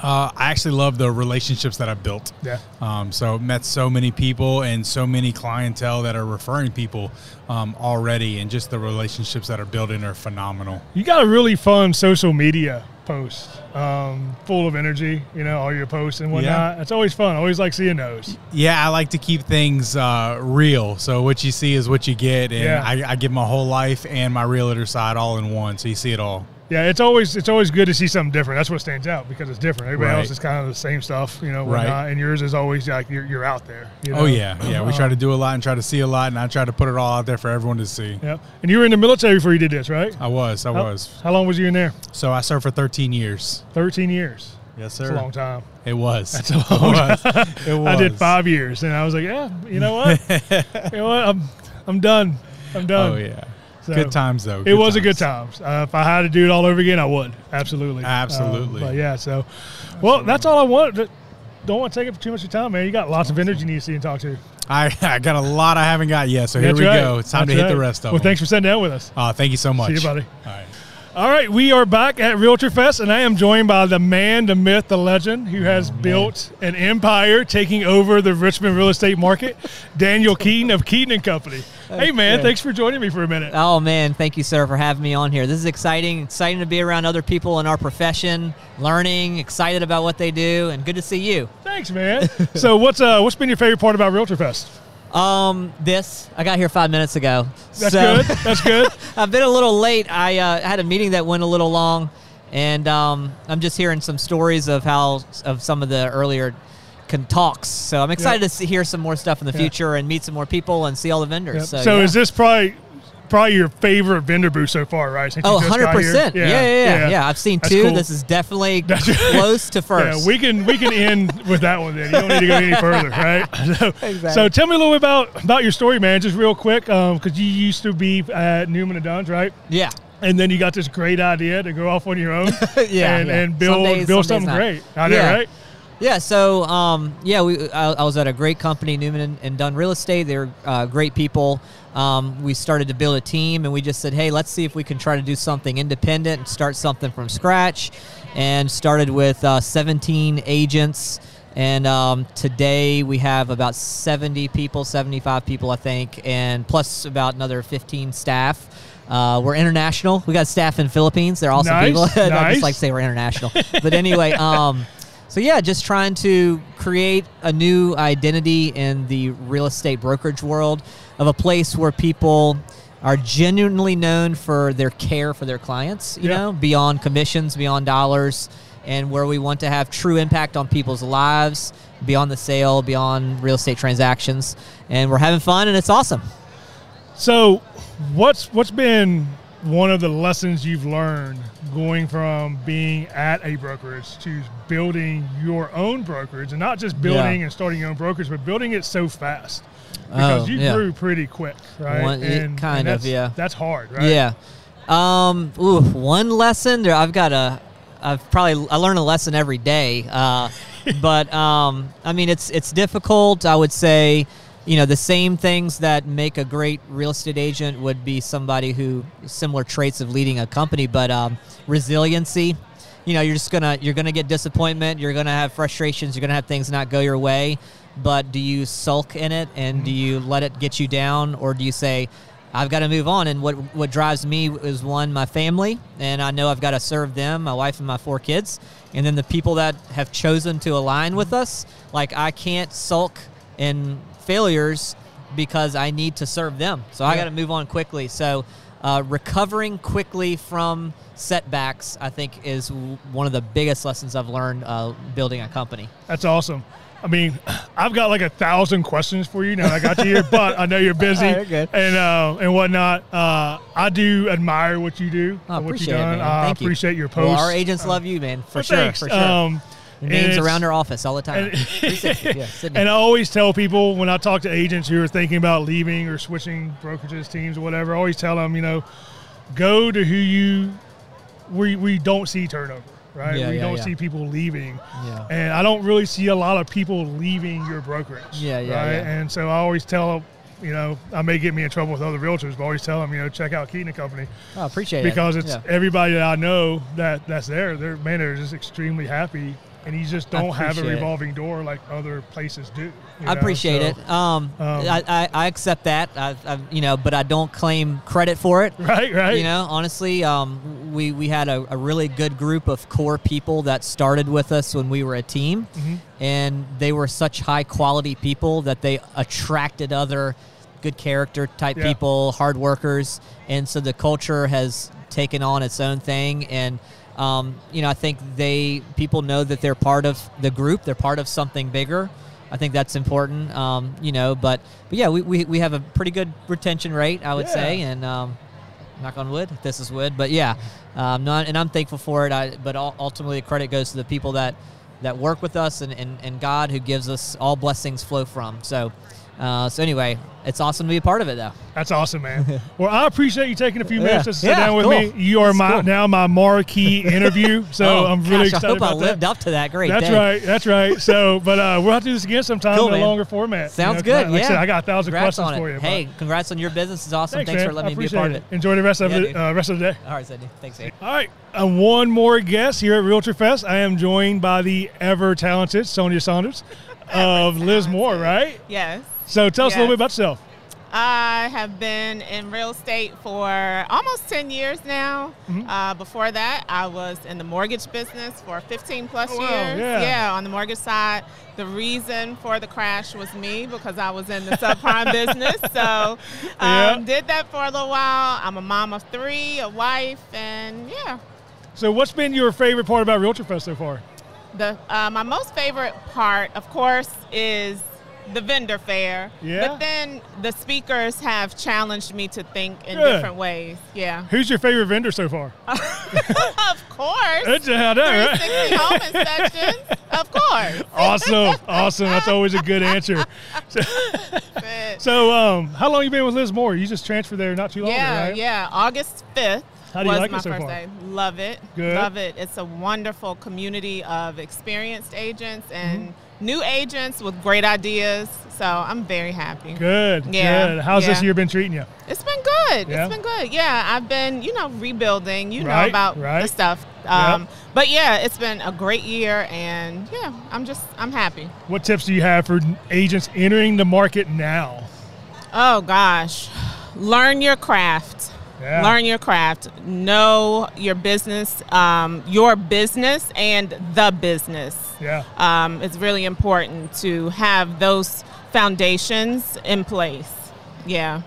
Speaker 5: Uh, I actually love the relationships that I've built.
Speaker 1: Yeah.
Speaker 5: Um, so met so many people and so many clientele that are referring people um, already, and just the relationships that are building are phenomenal.
Speaker 1: You got a really fun social media post, um, full of energy. You know, all your posts and whatnot. It's always fun. I always like seeing those.
Speaker 5: Yeah, I like to keep things uh, real. So what you see is what you get, and
Speaker 1: Yeah.
Speaker 5: I, I give my whole life and my realtor side all in one. So you see it all.
Speaker 1: Yeah, it's always it's always good to see something different. That's what stands out because it's different. Everybody
Speaker 5: Right.
Speaker 1: else is kind of the same stuff, you know.
Speaker 5: Right.
Speaker 1: whatnot, and yours is always like you're, you're out there. you know? Uh-huh.
Speaker 5: Oh yeah, yeah. We try to do a lot and try to see a lot, and I try to put it all out there for everyone to see.
Speaker 1: Yeah. And you were in the military before you did this, right?
Speaker 5: I was, I
Speaker 1: How-
Speaker 5: was.
Speaker 1: How long was you in there?
Speaker 5: So I served for 13 years.
Speaker 1: Thirteen years.
Speaker 5: Yes,
Speaker 1: It's a long time.
Speaker 5: It was. That's a long <laughs> it was. It was.
Speaker 1: I did five years, and I was like, yeah, you know
Speaker 5: <laughs>
Speaker 1: what? you know what? I'm I'm done. I'm done.
Speaker 5: Oh yeah.
Speaker 1: So-
Speaker 5: good times though.
Speaker 1: It was a good
Speaker 5: times.
Speaker 1: time. Uh, if I had to do it all over again, I would absolutely,
Speaker 5: Absolutely.
Speaker 1: Uh, but yeah, so well, that's all I want. Th- Don't want to take up too much of your time, man. You got lots of vendors you need to see and talk to.
Speaker 5: I, <laughs> I got a lot I haven't got yet, so here
Speaker 1: That's
Speaker 5: we
Speaker 1: right.
Speaker 5: go. It's time
Speaker 1: That's
Speaker 5: to hit the
Speaker 1: right.
Speaker 5: rest of
Speaker 1: Well,
Speaker 5: them.
Speaker 1: thanks for sitting down with us.
Speaker 5: Uh, thank you so much.
Speaker 1: See you, buddy.
Speaker 5: All right.
Speaker 1: All right, we are back at Realtor Fest, and I am joined by the man, the myth, the legend who has built an empire taking over the Richmond real estate market, Daniel Keaton of Keaton and Company. Hey, man,
Speaker 6: Okay.
Speaker 1: thanks for joining me for a minute.
Speaker 6: Oh man, thank you, sir, for having me on here. This is exciting. Exciting to be around other people in our profession, learning, excited about what they do, and good to see you. <laughs>
Speaker 1: Thanks, man. so, what's uh, what's been your favorite part about Realtor Fest?
Speaker 6: Um, this I got here five minutes ago.
Speaker 1: That's
Speaker 6: so
Speaker 1: good. That's good.
Speaker 6: <laughs> I've been a little late. I uh, had a meeting that went a little long, and um, I'm just hearing some stories of how of some of the earlier con- talks. So I'm excited to see, hear some more stuff in the
Speaker 1: Yeah.
Speaker 6: future and meet some more people and see all the vendors.
Speaker 1: Yep.
Speaker 6: So,
Speaker 1: So,
Speaker 6: yeah.
Speaker 1: is this probably probably your favorite vendor booth so far, right? Since you
Speaker 6: Oh,
Speaker 1: just got
Speaker 6: 100 percent.
Speaker 1: here?
Speaker 6: Yeah yeah, yeah, Yeah, I've seen
Speaker 1: That's
Speaker 6: two.
Speaker 1: cool.
Speaker 6: This is definitely
Speaker 1: <laughs> That's-
Speaker 6: close to first.
Speaker 1: Yeah, we can we can end with that one. Then Oh, you don't need to go
Speaker 6: <laughs>
Speaker 1: any further, right? <laughs> So, so tell me a little bit about about your story, man, just real quick, because you used to be at Newman and Dunn's, right?
Speaker 6: yeah.
Speaker 1: And then you got this great idea to go off on your own,
Speaker 6: <laughs> Yeah,
Speaker 1: and,
Speaker 6: yeah.
Speaker 1: and
Speaker 6: Some
Speaker 1: build
Speaker 6: days-
Speaker 1: build
Speaker 6: some days
Speaker 1: something
Speaker 6: not.
Speaker 1: great out there,
Speaker 6: Yeah.
Speaker 1: right?
Speaker 6: Yeah, so um, yeah, we I, I was at a great company, Newman and, and Dunn Real Estate. They're uh, great people. Um, we started to build a team, and we just said, "Hey, let's see if we can try to do something independent and start something from scratch." And started with uh, 17 agents, and um, today we have about 70 people, 75 people, I think, and plus about another 15 staff. Uh, we're international. We got staff in Philippines. They're awesome
Speaker 1: Nice,
Speaker 6: people. <laughs> I
Speaker 1: nice.
Speaker 6: just like to say we're international, but anyway. Um, so yeah, just trying to create a new identity in the real estate brokerage world of a place where people are genuinely known for their care for their clients, you
Speaker 1: Yeah.
Speaker 6: know, beyond commissions, beyond dollars, and where we want to have true impact on people's lives beyond the sale, beyond real estate transactions. And we're having fun and it's awesome.
Speaker 1: So, what's what's been one of the lessons you've learned going from being at a brokerage to building your own brokerage, and not just building
Speaker 6: Yeah.
Speaker 1: and starting your own brokerage, but building it so fast
Speaker 6: Oh,
Speaker 1: because you
Speaker 6: yeah.
Speaker 1: grew pretty quick, right?
Speaker 6: One- it- kind
Speaker 1: that's,
Speaker 6: of, yeah.
Speaker 1: That's hard, right?
Speaker 6: Yeah. Um. Ooh, one lesson. There, I've got a. I've probably I learn a lesson every day.
Speaker 1: <laughs>
Speaker 6: Uh, but um, I mean, it's it's difficult. I would say, you know, the same things that make a great real estate agent would be somebody who similar traits of leading a company, but um, resiliency. You know, you're just gonna you're gonna get disappointment. You're gonna have frustrations. You're gonna have things not go your way. But do you sulk in it and do you let it get you down, or do you say, I've got to move on. And what what drives me is one, my family, and I know I've got to serve them, my wife and my four kids, and then the people that have chosen to align with us. Like I can't sulk in failures because I need to serve them. So I got to move on quickly. So uh, recovering quickly from setbacks, I think, is w- one of the biggest lessons I've learned uh, building a company.
Speaker 1: That's awesome. I mean, <sighs> I've got like a thousand questions for you now. that I got you here, but I know you're busy
Speaker 6: Oh, <laughs> you're good.
Speaker 1: and uh, and whatnot. Uh, I do admire what you do.
Speaker 6: I
Speaker 1: and what
Speaker 6: appreciate
Speaker 1: you
Speaker 6: it,
Speaker 1: done.
Speaker 6: man.
Speaker 1: I
Speaker 6: Thank you.
Speaker 1: appreciate your
Speaker 6: Well,
Speaker 1: posts. Uh,
Speaker 6: our agents love you, man, for
Speaker 1: Well,
Speaker 6: sure,
Speaker 1: thanks.
Speaker 6: for sure.
Speaker 1: Um,
Speaker 6: Your name's
Speaker 1: it's-
Speaker 6: around our office
Speaker 1: <laughs>
Speaker 6: all the time. 360, yeah, Sydney.
Speaker 1: And I always tell people when I talk to agents who are thinking about leaving or switching brokerages, teams, or whatever, I always tell them, you know, go to who you we we don't see turnover, right?
Speaker 6: Yeah,
Speaker 1: we
Speaker 6: yeah,
Speaker 1: don't
Speaker 6: yeah.
Speaker 1: see people leaving.
Speaker 6: Yeah.
Speaker 1: And I don't really see a lot of people leaving your brokerage.
Speaker 6: Yeah, yeah,
Speaker 1: right?
Speaker 6: yeah.
Speaker 1: And so I always tell you know, I may get me in trouble with other realtors, but I always tell them, you know, check out Keaton and Company
Speaker 6: I Oh, appreciate it.
Speaker 1: because it's
Speaker 6: Yeah.
Speaker 1: everybody that I know that that's there. They're man, they're just extremely happy, and you just don't have a
Speaker 6: appreciate it.
Speaker 1: revolving door like other places do. you
Speaker 6: I
Speaker 1: know?
Speaker 6: appreciate
Speaker 1: So-
Speaker 6: it. Um, I, I, I accept that. I, I, you know, but I don't claim credit for it.
Speaker 1: <laughs> Right, right.
Speaker 6: You know, honestly, um, we we had a, a really good group of core people that started with us when we were a team, and they were such high quality people that they attracted other good character type
Speaker 1: Yeah.
Speaker 6: people, hard workers, and so the culture has taken on its own thing and um, you know i think they people know that they're part of the group they're part of something bigger i think that's important um, you know but, but yeah we, we, we have a pretty good retention rate i would say and um, knock on wood this is wood but yeah um, not, and i'm thankful for it I, but ul- ultimately the credit goes to the people that that work with us and, and, and god who gives us all blessings flow from so uh, so anyway it's awesome to be a part of it though
Speaker 1: That's
Speaker 6: <laughs>
Speaker 1: awesome, man. Well, I appreciate you taking a few minutes
Speaker 6: Yeah.
Speaker 1: just to sit
Speaker 6: Yeah,
Speaker 1: down with
Speaker 6: cool.
Speaker 1: me. You are
Speaker 6: That's
Speaker 1: my
Speaker 6: cool.
Speaker 1: now
Speaker 6: <laughs>
Speaker 1: my marquee interview, so
Speaker 6: Oh,
Speaker 1: I'm really
Speaker 6: gosh,
Speaker 1: excited
Speaker 6: I hope
Speaker 1: about
Speaker 6: I lived
Speaker 1: that.
Speaker 6: up to that great
Speaker 1: That's
Speaker 6: day.
Speaker 1: right. That's right.
Speaker 6: <laughs>
Speaker 1: So, but uh, we'll have to do this again sometime
Speaker 6: Cool,
Speaker 1: in a
Speaker 6: man.
Speaker 1: longer format.
Speaker 6: Sounds
Speaker 1: You know, 'cause
Speaker 6: good.
Speaker 1: I- Like
Speaker 6: yeah.
Speaker 1: I said, I got a thousand
Speaker 6: Congrats
Speaker 1: questions
Speaker 6: on it.
Speaker 1: for you. but-
Speaker 6: Hey, congrats on your business. It's awesome. Thanks,
Speaker 1: man.
Speaker 6: for letting me be
Speaker 1: I
Speaker 6: a
Speaker 1: appreciate
Speaker 6: part of it.
Speaker 1: Enjoy the rest of
Speaker 6: Yeah,
Speaker 1: the
Speaker 6: dude.
Speaker 1: uh, rest of the day.
Speaker 6: All right, Sydney. Thanks, Abe.
Speaker 1: All right, and one more guest here at Realtor Fest. I am joined by the ever talented Sonia
Speaker 7: <laughs>
Speaker 1: Saunders of Liz Moore, right?
Speaker 7: Yes.
Speaker 1: So tell us a little
Speaker 7: Yes.
Speaker 1: bit about yourself.
Speaker 7: I have been in real estate for almost 10 years now.
Speaker 1: Mm-hmm.
Speaker 7: Uh, before that, I was in the mortgage business for 15 plus
Speaker 1: Oh, wow.
Speaker 7: years.
Speaker 1: Yeah.
Speaker 7: on the mortgage side. The reason for the crash was me because I was in
Speaker 1: <laughs>
Speaker 7: the subprime business. So, um,
Speaker 1: Yeah.
Speaker 7: did that for a little while. I'm a mom of three, a wife, and yeah.
Speaker 1: So, what's been your favorite part about Realtor Fest so far?
Speaker 7: The uh, my most favorite part, of course, is the vendor fair.
Speaker 1: Yeah.
Speaker 7: But then the speakers have challenged me to think in
Speaker 1: Good.
Speaker 7: different ways.
Speaker 1: <laughs>
Speaker 7: Yeah. <laughs>
Speaker 1: Who's your favorite vendor so far?
Speaker 7: of course.
Speaker 1: That's how that, right?
Speaker 7: 360 home inspections. Of course.
Speaker 1: <laughs> Awesome, awesome. That's always a good answer. So,
Speaker 7: <laughs> But-
Speaker 1: <laughs> so um, how long you been with Liz Moore? You just transferred there not too long
Speaker 7: yeah,
Speaker 1: ago, right?
Speaker 7: yeah. August 5th
Speaker 1: How do you
Speaker 7: was
Speaker 1: like it
Speaker 7: my
Speaker 1: so
Speaker 7: first
Speaker 1: far?
Speaker 7: day. Love it.
Speaker 1: Good.
Speaker 7: Love it. It's a wonderful community of experienced agents and
Speaker 1: Mm-hmm.
Speaker 7: new agents with great ideas. So I'm very happy.
Speaker 1: Good,
Speaker 7: Yeah,
Speaker 1: good. How's this
Speaker 7: yeah.
Speaker 1: year been treating you?
Speaker 7: It's been good.
Speaker 1: Yeah.
Speaker 7: It's been good. Yeah, I've been, you know, rebuilding. You
Speaker 1: Right,
Speaker 7: know about
Speaker 1: right.
Speaker 7: the stuff. Um, But yeah, it's been a great year, and yeah, I'm just, I'm happy.
Speaker 1: What tips do you have for agents entering the market now?
Speaker 7: Oh gosh, learn your craft.
Speaker 1: Yeah.
Speaker 7: Learn your craft. Know your business, um, your business, and the business.
Speaker 1: Yeah.
Speaker 7: Um, it's really important to have those foundations in place. Yeah.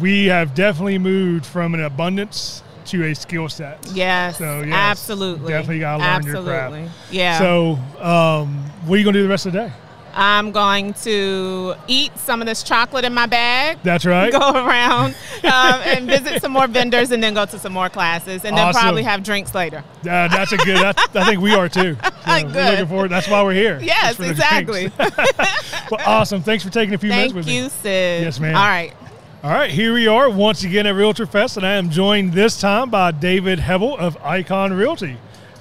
Speaker 1: we have definitely moved from an abundance to a skill set.
Speaker 7: Yes.
Speaker 1: So, yes,
Speaker 7: absolutely.
Speaker 1: definitely gotta learn your
Speaker 7: absolutely.
Speaker 1: craft.
Speaker 7: Yeah.
Speaker 1: So, um, what are you gonna do the rest of the day?
Speaker 7: I'm going to eat some of this chocolate in my bag.
Speaker 1: That's right.
Speaker 7: Go
Speaker 1: <laughs>
Speaker 7: around um, and visit some more vendors, and then go to some more classes, and then
Speaker 1: Awesome.
Speaker 7: probably have drinks later.
Speaker 1: Uh, that's a good. That's, I think we are
Speaker 7: <laughs>
Speaker 1: too. So we're
Speaker 7: Good.
Speaker 1: looking forward. That's why we're here.
Speaker 7: Yes,
Speaker 1: It's for the
Speaker 7: exactly.
Speaker 1: drinks. well, awesome. Thanks for taking a few minutes
Speaker 7: Thank
Speaker 1: with
Speaker 7: you,
Speaker 1: me.
Speaker 7: sis.
Speaker 1: Yes, ma'am.
Speaker 7: All right.
Speaker 1: All right, here we are once again at Realtor Fest, and I am joined this time by David Hebel of Icon Realty.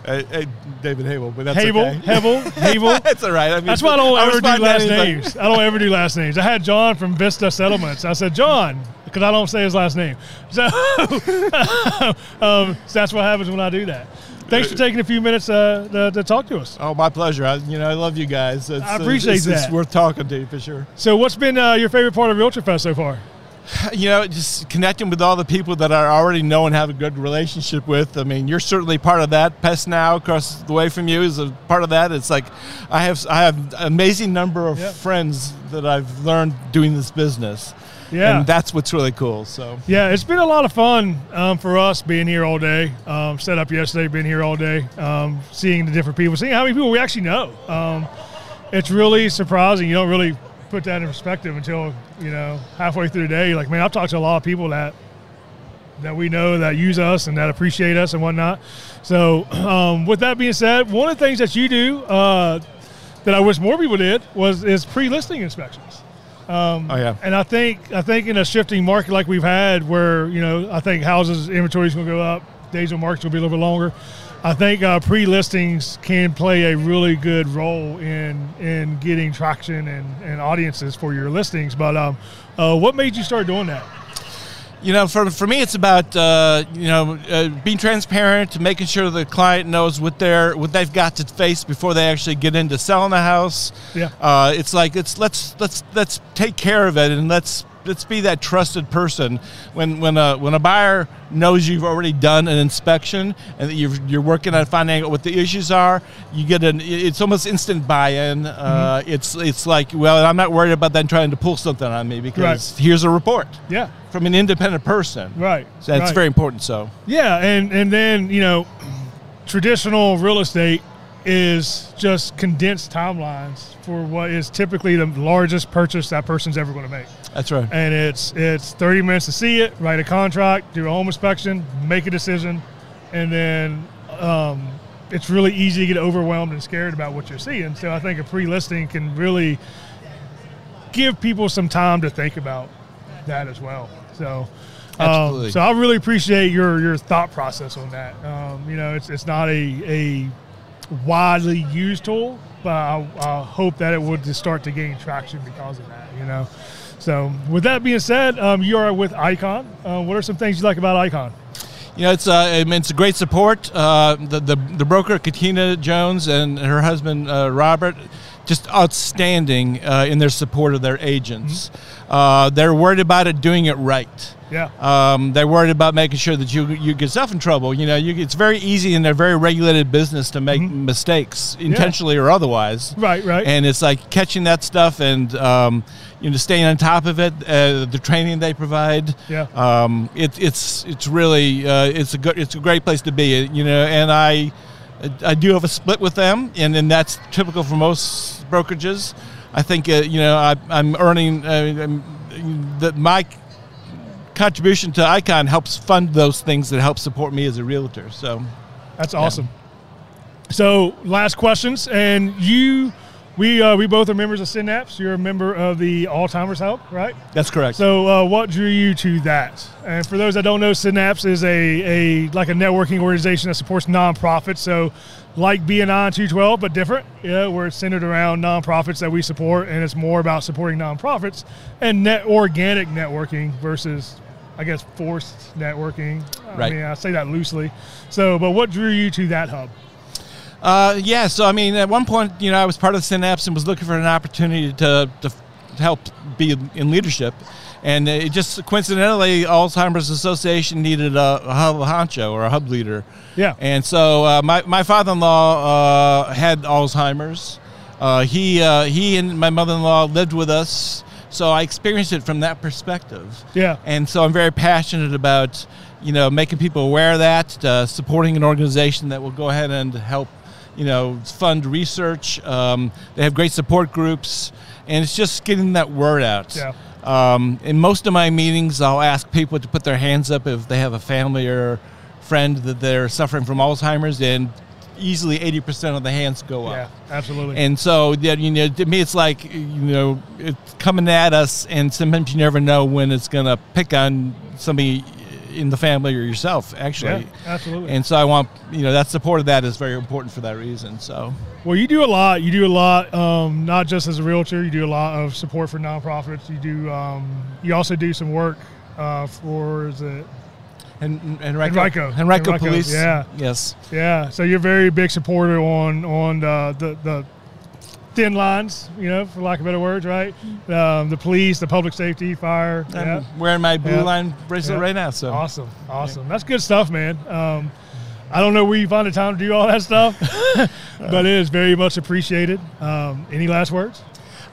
Speaker 8: Uh, uh, David Hable, but that's
Speaker 1: Hebel,
Speaker 8: okay.
Speaker 1: Hebel, Hebel.
Speaker 8: <laughs> that's all right. I mean,
Speaker 1: That's why I don't
Speaker 8: I
Speaker 1: ever
Speaker 8: was
Speaker 1: do
Speaker 8: finding
Speaker 1: last
Speaker 8: that he's
Speaker 1: names. I don't ever do last names. I had John from Vista Settlements. I said John because I don't say his last name. So, <laughs> um, so that's what happens when I do that. Thanks for taking a few minutes uh, to, to talk to us.
Speaker 8: Like, oh, my pleasure. I, you know, I love you guys. It's, uh,
Speaker 1: I appreciate
Speaker 8: it's, it's
Speaker 1: that.
Speaker 8: worth talking to you for sure.
Speaker 1: So, what's been uh, your favorite part of Realtor Fest so far?
Speaker 8: <laughs> You know, just connecting with all the people that I already know and have a good relationship with. I mean, you're certainly part of that. Pest now across the way from you is a part of that. It's like I have I have an amazing number of
Speaker 1: Yeah.
Speaker 8: friends that I've learned doing this business.
Speaker 1: Yeah.
Speaker 8: and that's what's really cool. So
Speaker 1: Yeah, it's been a lot of fun um, for us being here all day. Um, set up yesterday, being here all day, um, seeing the different people, seeing how many people we actually know. Um, it's really surprising. You don't really put that in perspective until you know halfway through the day. You're like, man, I've talked to a lot of people that that we know that use us and that appreciate us and whatnot. So, <clears throat> um, with that being said, one of the things that you do uh, that I wish more people did was is pre-listing inspections. Um,
Speaker 8: oh yeah,
Speaker 1: And I think I think in a shifting market like we've had, where you know I think houses inventory is going to go up, days on markets will be a little bit longer. I think uh, pre-listings can play a really good role in in getting traction and, and audiences for your listings. But um, uh, what made you start doing that?
Speaker 8: You know, for, for me, it's about uh, you know uh, being transparent, making sure the client knows what they're what they've got to face before they actually get into selling the house.
Speaker 1: Yeah.
Speaker 8: uh, it's like it's let's let's let's take care of it and let's let's be that trusted person. When when a when a buyer knows you've already done an inspection and that you're you're working on finding out what the issues are, you get an it's almost instant buy-in. Uh, it's it's like well, I'm not worried about them trying to pull something on me because
Speaker 1: Right.
Speaker 8: here's a report
Speaker 1: Yeah.
Speaker 8: from an independent person.
Speaker 1: Right.
Speaker 8: So that's
Speaker 1: right.
Speaker 8: very important. So
Speaker 1: Yeah, and and then you know, traditional real estate is just condensed timelines for what is typically the largest purchase that person's ever going to make,
Speaker 8: that's right.
Speaker 1: and it's it's thirty minutes to see it, write a contract, do a home inspection, make a decision, and then. Um, it's really easy to get overwhelmed and scared about what you're seeing. So I think a pre-listing can really give people some time to think about that as well. So, um,
Speaker 8: Absolutely.
Speaker 1: so I really appreciate your your thought process on that. Um, you know, it's it's not a a widely used tool, but I, I hope that it would just start to gain traction because of that. You know. So, with that being said, um, you are with Icon. Uh, what are some things you like about Icon?
Speaker 8: You know, it's uh, I mean, it's a great support. Uh, the, the the broker Katina Jones and her husband uh, Robert, just outstanding uh, in their support of their agents. Uh, they're worried about it doing it right.
Speaker 1: Mm-hmm. Yeah.
Speaker 8: Um, they're worried about making sure that you you get yourself in trouble. You know, you, it's very easy in a very regulated business to make mistakes intentionally or otherwise.
Speaker 1: Mm-hmm. Right, right.
Speaker 8: And it's like catching that stuff and um, you know staying on top of it. Uh, the training they provide.
Speaker 1: Yeah.
Speaker 8: Um, it, it's it's really uh, it's a good it's a great place to be. You know, and I I do have a split with them, and then that's typical for most brokerages. I think uh, you know I, I'm earning uh, I'm, that my contribution to Icon helps fund those things that help support me as a realtor. So
Speaker 1: That's awesome. So, last questions, and you, we uh, we both are members of Synapse. You're a member of the Alzheimer's Help, right?
Speaker 8: that's correct.
Speaker 1: So, uh, what drew you to that? And for those that don't know, Synapse is a, a like a networking organization that supports nonprofits. So, like BNI 212, but different. Yeah, where it's centered around nonprofits that we support, and it's more about supporting nonprofits and net organic networking versus, I guess, forced networking.
Speaker 8: Right.
Speaker 1: I mean, I say that loosely. So, but what drew you to that hub?
Speaker 8: Uh, yeah, so I mean, at one point, you know, I was part of Synapse and was looking for an opportunity to, to, to help be in leadership. And it just coincidentally, Alzheimer's Association needed a, a hub honcho or a hub leader.
Speaker 1: Yeah.
Speaker 8: And so uh, my, my father in law uh, had Alzheimer's. Uh, he, uh, he and my mother in law lived with us. So I experienced it from that perspective.
Speaker 1: Yeah.
Speaker 8: And so I'm very passionate about, you know, making people aware of that, uh, supporting an organization that will go ahead and help, you know, fund research. Um, they have great support groups, and it's just getting that word out.
Speaker 1: Yeah.
Speaker 8: Um, in most of my meetings, I'll ask people to put their hands up if they have a family or friend that they're suffering from Alzheimer's, and easily 80% of the hands go up.
Speaker 1: Yeah, absolutely.
Speaker 8: And so, yeah, you know, to me, it's like you know, it's coming at us, and sometimes you never know when it's gonna pick on somebody in the family or yourself, actually.
Speaker 1: Yeah, absolutely.
Speaker 8: And so, I want you know that support of that is very important for that reason. So,
Speaker 1: Well, you do a lot. You do a lot, um, not just as a realtor. You do a lot of support for nonprofits. You do. Um, you also do some work uh, for the.
Speaker 8: and and Rico,
Speaker 1: Henrico.
Speaker 8: Henrico,
Speaker 1: Henrico,
Speaker 8: Police,
Speaker 1: yeah.
Speaker 8: yes,
Speaker 1: Yeah, so you're a very big supporter on on the the, the thin lines, you know, for lack of better words, right? Um, the police, the public safety, fire.
Speaker 8: I'm
Speaker 1: Yeah.
Speaker 8: wearing my blue
Speaker 1: Yeah.
Speaker 8: line bracelet
Speaker 1: Yeah.
Speaker 8: right now. So,
Speaker 1: Awesome, awesome. That's good stuff, man. Um, I don't know where you find the time to do all
Speaker 8: <laughs>
Speaker 1: that stuff, but it is very much appreciated. Um, any last words?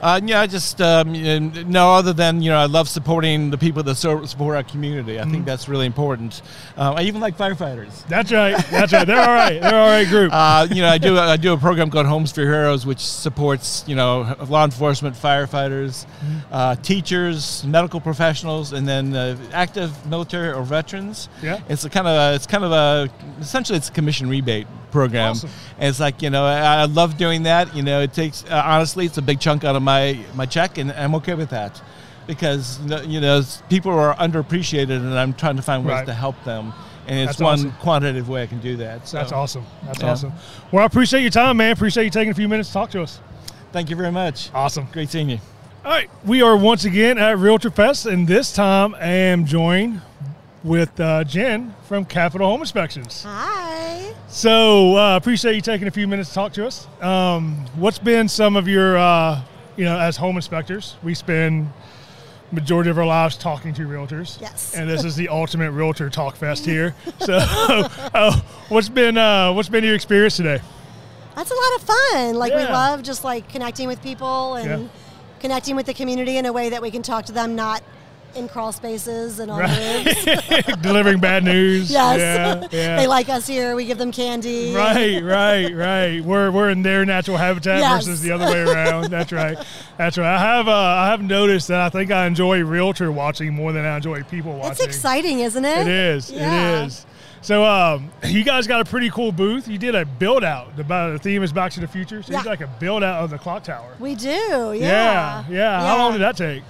Speaker 8: Uh, yeah, I just um, and no other than you know I love supporting the people that so- support our community. I think that's really important. Uh, I even like firefighters.
Speaker 1: Mm-hmm. That's right. That's right. They're all right. They're all right group.
Speaker 8: Uh, you know, I do I do a program called Homes for Heroes, which supports you know law enforcement, firefighters,
Speaker 1: Mm-hmm.
Speaker 8: uh, teachers, medical professionals, and then uh, active military or veterans.
Speaker 1: Yeah.
Speaker 8: it's a kind of a, it's kind of a essentially it's a commission rebate program,
Speaker 1: Awesome.
Speaker 8: and it's like you know I, I love doing that. You know, it takes uh, honestly it's a big chunk out of my my check, and I'm okay with that. Because you know people are underappreciated, and I'm trying to find ways
Speaker 1: Right.
Speaker 8: to help them, and it's
Speaker 1: That's
Speaker 8: one
Speaker 1: awesome.
Speaker 8: quantitative way I can do that. So
Speaker 1: That's awesome. That's
Speaker 8: Yeah.
Speaker 1: awesome. Well, I appreciate your time, man. Appreciate you taking a few minutes to talk to us.
Speaker 8: Thank you very much.
Speaker 1: Awesome.
Speaker 8: Great seeing you.
Speaker 1: All right, we are once again at Realtor Fest, and this time I am joined with uh, Jen from Capital Home Inspections.
Speaker 9: Hi.
Speaker 1: So uh, appreciate you taking a few minutes to talk to us. Um, what's been some of your, uh, you know, as home inspectors, we spend majority of our lives talking to realtors.
Speaker 9: Yes. <laughs>
Speaker 1: And this is the ultimate realtor talk fest here. So, <laughs> uh, what's been uh, what's been your experience today? <laughs>
Speaker 9: That's a lot of fun. Like we
Speaker 1: Yeah.
Speaker 9: love just like connecting with people and
Speaker 1: Yeah.
Speaker 9: connecting with the community in a way that we can talk to them, not in crawl spaces and all
Speaker 1: <laughs>
Speaker 9: the rooms.
Speaker 1: Delivering bad news.
Speaker 9: Yes,
Speaker 1: Yeah, yeah.
Speaker 9: <laughs> they like us here. We give them candy.
Speaker 1: Right, right, right. We're we're in their natural habitat
Speaker 9: Yes.
Speaker 1: versus the other way around. That's right. That's right. I have uh, I have noticed that I think I enjoy realtor watching more than I enjoy people watching.
Speaker 9: It's exciting, isn't it?
Speaker 1: It is.
Speaker 9: Yeah.
Speaker 1: It is. So um, you guys got a pretty cool booth. You did a build out. The, the theme is Back to the Future. So
Speaker 9: Yeah.
Speaker 1: you did like a build out of the clock tower.
Speaker 9: We do. Yeah.
Speaker 1: yeah. yeah. How long did that take?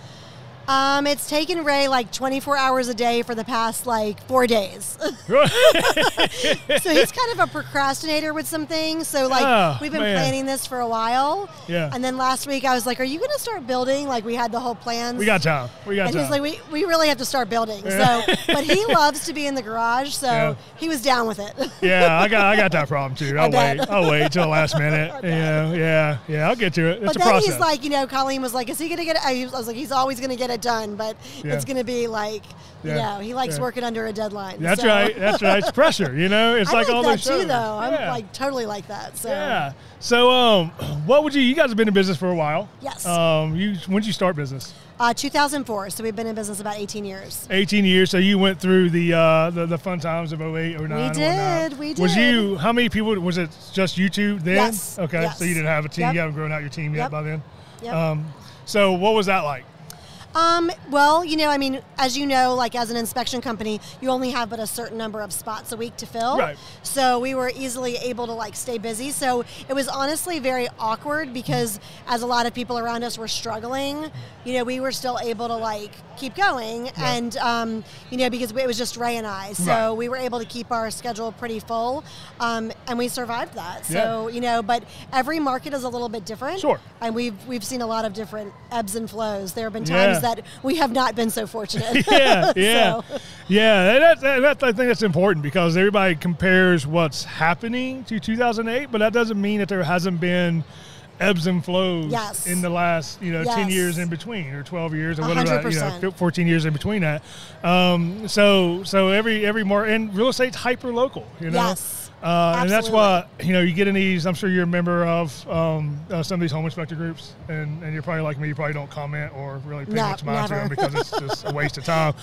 Speaker 9: Um, it's taken Ray like 24 hours a day for the past like four
Speaker 1: <laughs>
Speaker 9: days. so he's kind of a procrastinator with some things. So like
Speaker 1: Oh,
Speaker 9: we've been
Speaker 1: man.
Speaker 9: planning this for a while.
Speaker 1: Yeah.
Speaker 9: And then last week I was like, "Are you going to start building?" Like we had the whole plans.
Speaker 1: we got time. We got
Speaker 9: And
Speaker 1: time.
Speaker 9: he's like, we, we really have to start building.
Speaker 1: Yeah.
Speaker 9: So, but
Speaker 1: <laughs>
Speaker 9: he loves to be in the garage, so
Speaker 1: Yeah.
Speaker 9: he was down with it.
Speaker 1: yeah, I got I got that
Speaker 9: <laughs>
Speaker 1: problem too. I'll
Speaker 9: bet.
Speaker 1: wait. I'll wait till the
Speaker 9: <laughs>
Speaker 1: last minute. Yeah, yeah, yeah. I'll get to it. It's
Speaker 9: but
Speaker 1: a
Speaker 9: then
Speaker 1: process.
Speaker 9: he's like, you know, Colleen was like, "Is he gonna get?" It? I was like, "He's always gonna get it done, but
Speaker 1: Yeah.
Speaker 9: it's gonna be like, you
Speaker 1: Yeah.
Speaker 9: know, he likes
Speaker 1: Yeah.
Speaker 9: working under a deadline."
Speaker 1: That's
Speaker 9: So-
Speaker 1: right. That's right. It's pressure, you know. It's
Speaker 9: <laughs> I
Speaker 1: like,
Speaker 9: like,
Speaker 1: all
Speaker 9: that
Speaker 1: those shows.
Speaker 9: too, though. I'm
Speaker 1: Yeah.
Speaker 9: like totally like that. So
Speaker 1: yeah. So, um, <clears throat> what would you? You guys have been in business for a while.
Speaker 9: Yes.
Speaker 1: Um, you when did you start business?
Speaker 9: uh, 2004. So we've been in business about 18 years.
Speaker 1: 18 years. So you went through the uh, the, the fun times of 08, 09.
Speaker 9: We
Speaker 1: 09.
Speaker 9: did, we
Speaker 1: Was
Speaker 9: did.
Speaker 1: you? How many people? Was it just you two then?
Speaker 9: Yes,
Speaker 1: Okay.
Speaker 9: yes.
Speaker 1: So you didn't have a team.
Speaker 9: Yep.
Speaker 1: You haven't grown out your team yet
Speaker 9: Yep.
Speaker 1: by then.
Speaker 9: Yep.
Speaker 1: Um, so what was that like?
Speaker 9: Um, well, you know, I mean, as you know, like as an inspection company, you only have but a certain number of spots a week to fill.
Speaker 1: Right.
Speaker 9: So we were easily able to like stay busy. So it was honestly very awkward because as a lot of people around us were struggling, you know, we were still able to like keep going. And, um, you know, because it was just Ray and I. So
Speaker 1: Right.
Speaker 9: we were able to keep our schedule pretty full um, and we survived that.
Speaker 1: Yeah.
Speaker 9: So, you know, but every market is a little bit different.
Speaker 1: Sure.
Speaker 9: And we've, we've seen a lot of different ebbs and flows. There have been times
Speaker 1: Yeah.
Speaker 9: that we have not been so fortunate.
Speaker 1: <laughs>
Speaker 9: <laughs>
Speaker 1: yeah, yeah,
Speaker 9: So,
Speaker 1: yeah. and That, that, that, I think that's important because everybody compares what's happening to 2008, but that doesn't mean that there hasn't been ebbs and flows
Speaker 9: Yes.
Speaker 1: in the last you know 10
Speaker 9: Yes.
Speaker 1: years in between or 12 years or whatever that, you know
Speaker 9: 100%.
Speaker 1: fif- 14 years in between that um, so so every every more and real estate's hyper local you know
Speaker 9: Yes.
Speaker 1: uh, and that's
Speaker 9: Absolutely.
Speaker 1: why you know you get in these. I'm sure you're a member of um, uh, some of these home inspector groups, and, and you're probably like me. You probably don't comment or really pay
Speaker 9: No,
Speaker 1: much mind to
Speaker 9: never.
Speaker 1: them because it's just a waste
Speaker 9: <laughs>
Speaker 1: of time.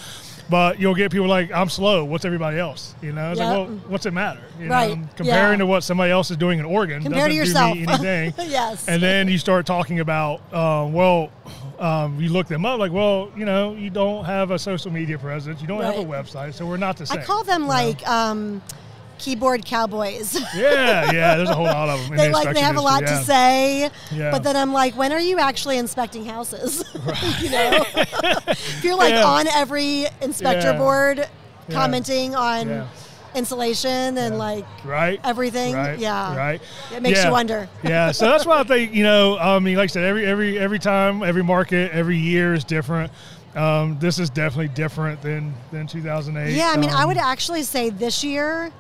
Speaker 1: But you'll get people like, "I'm slow. What's everybody else?" You know, it's
Speaker 9: Yep.
Speaker 1: like, well, what's it matter? You
Speaker 9: Right,
Speaker 1: Know? Comparing
Speaker 9: yeah.
Speaker 1: to what somebody else is doing in Oregon
Speaker 9: Compare to
Speaker 1: doesn't
Speaker 9: yourself.
Speaker 1: do me
Speaker 9: <laughs>
Speaker 1: anything.
Speaker 9: Yes.
Speaker 1: And then you start talking about, uh, well, um, you look them up, like, well, you know, you don't have a social media presence, you don't have a
Speaker 9: Right.
Speaker 1: website, so we're not the same.
Speaker 9: I call them like um, keyboard cowboys. <laughs>
Speaker 1: Yeah, yeah. There's a whole lot of them. in
Speaker 9: they
Speaker 1: the
Speaker 9: like they
Speaker 1: inspection
Speaker 9: have a lot
Speaker 1: industry,
Speaker 9: to say,
Speaker 1: Yeah.
Speaker 9: but then I'm like, when are you actually inspecting houses? <laughs> you
Speaker 1: <laughs>
Speaker 9: know, if you're like
Speaker 1: Yeah.
Speaker 9: on every inspector
Speaker 1: Yeah.
Speaker 9: board
Speaker 1: Yeah.
Speaker 9: commenting on
Speaker 1: Yeah.
Speaker 9: insulation and like
Speaker 1: yeah. Right.
Speaker 9: everything,
Speaker 1: Right.
Speaker 9: yeah,
Speaker 1: Right.
Speaker 9: it makes
Speaker 1: Yeah.
Speaker 9: you wonder.
Speaker 1: yeah, so that's why I think you know. I mean, like I said, every every every time, every market, every year is different. Um, this is definitely different than than 2008.
Speaker 9: Yeah, I mean, I
Speaker 1: Um,
Speaker 9: would actually say this year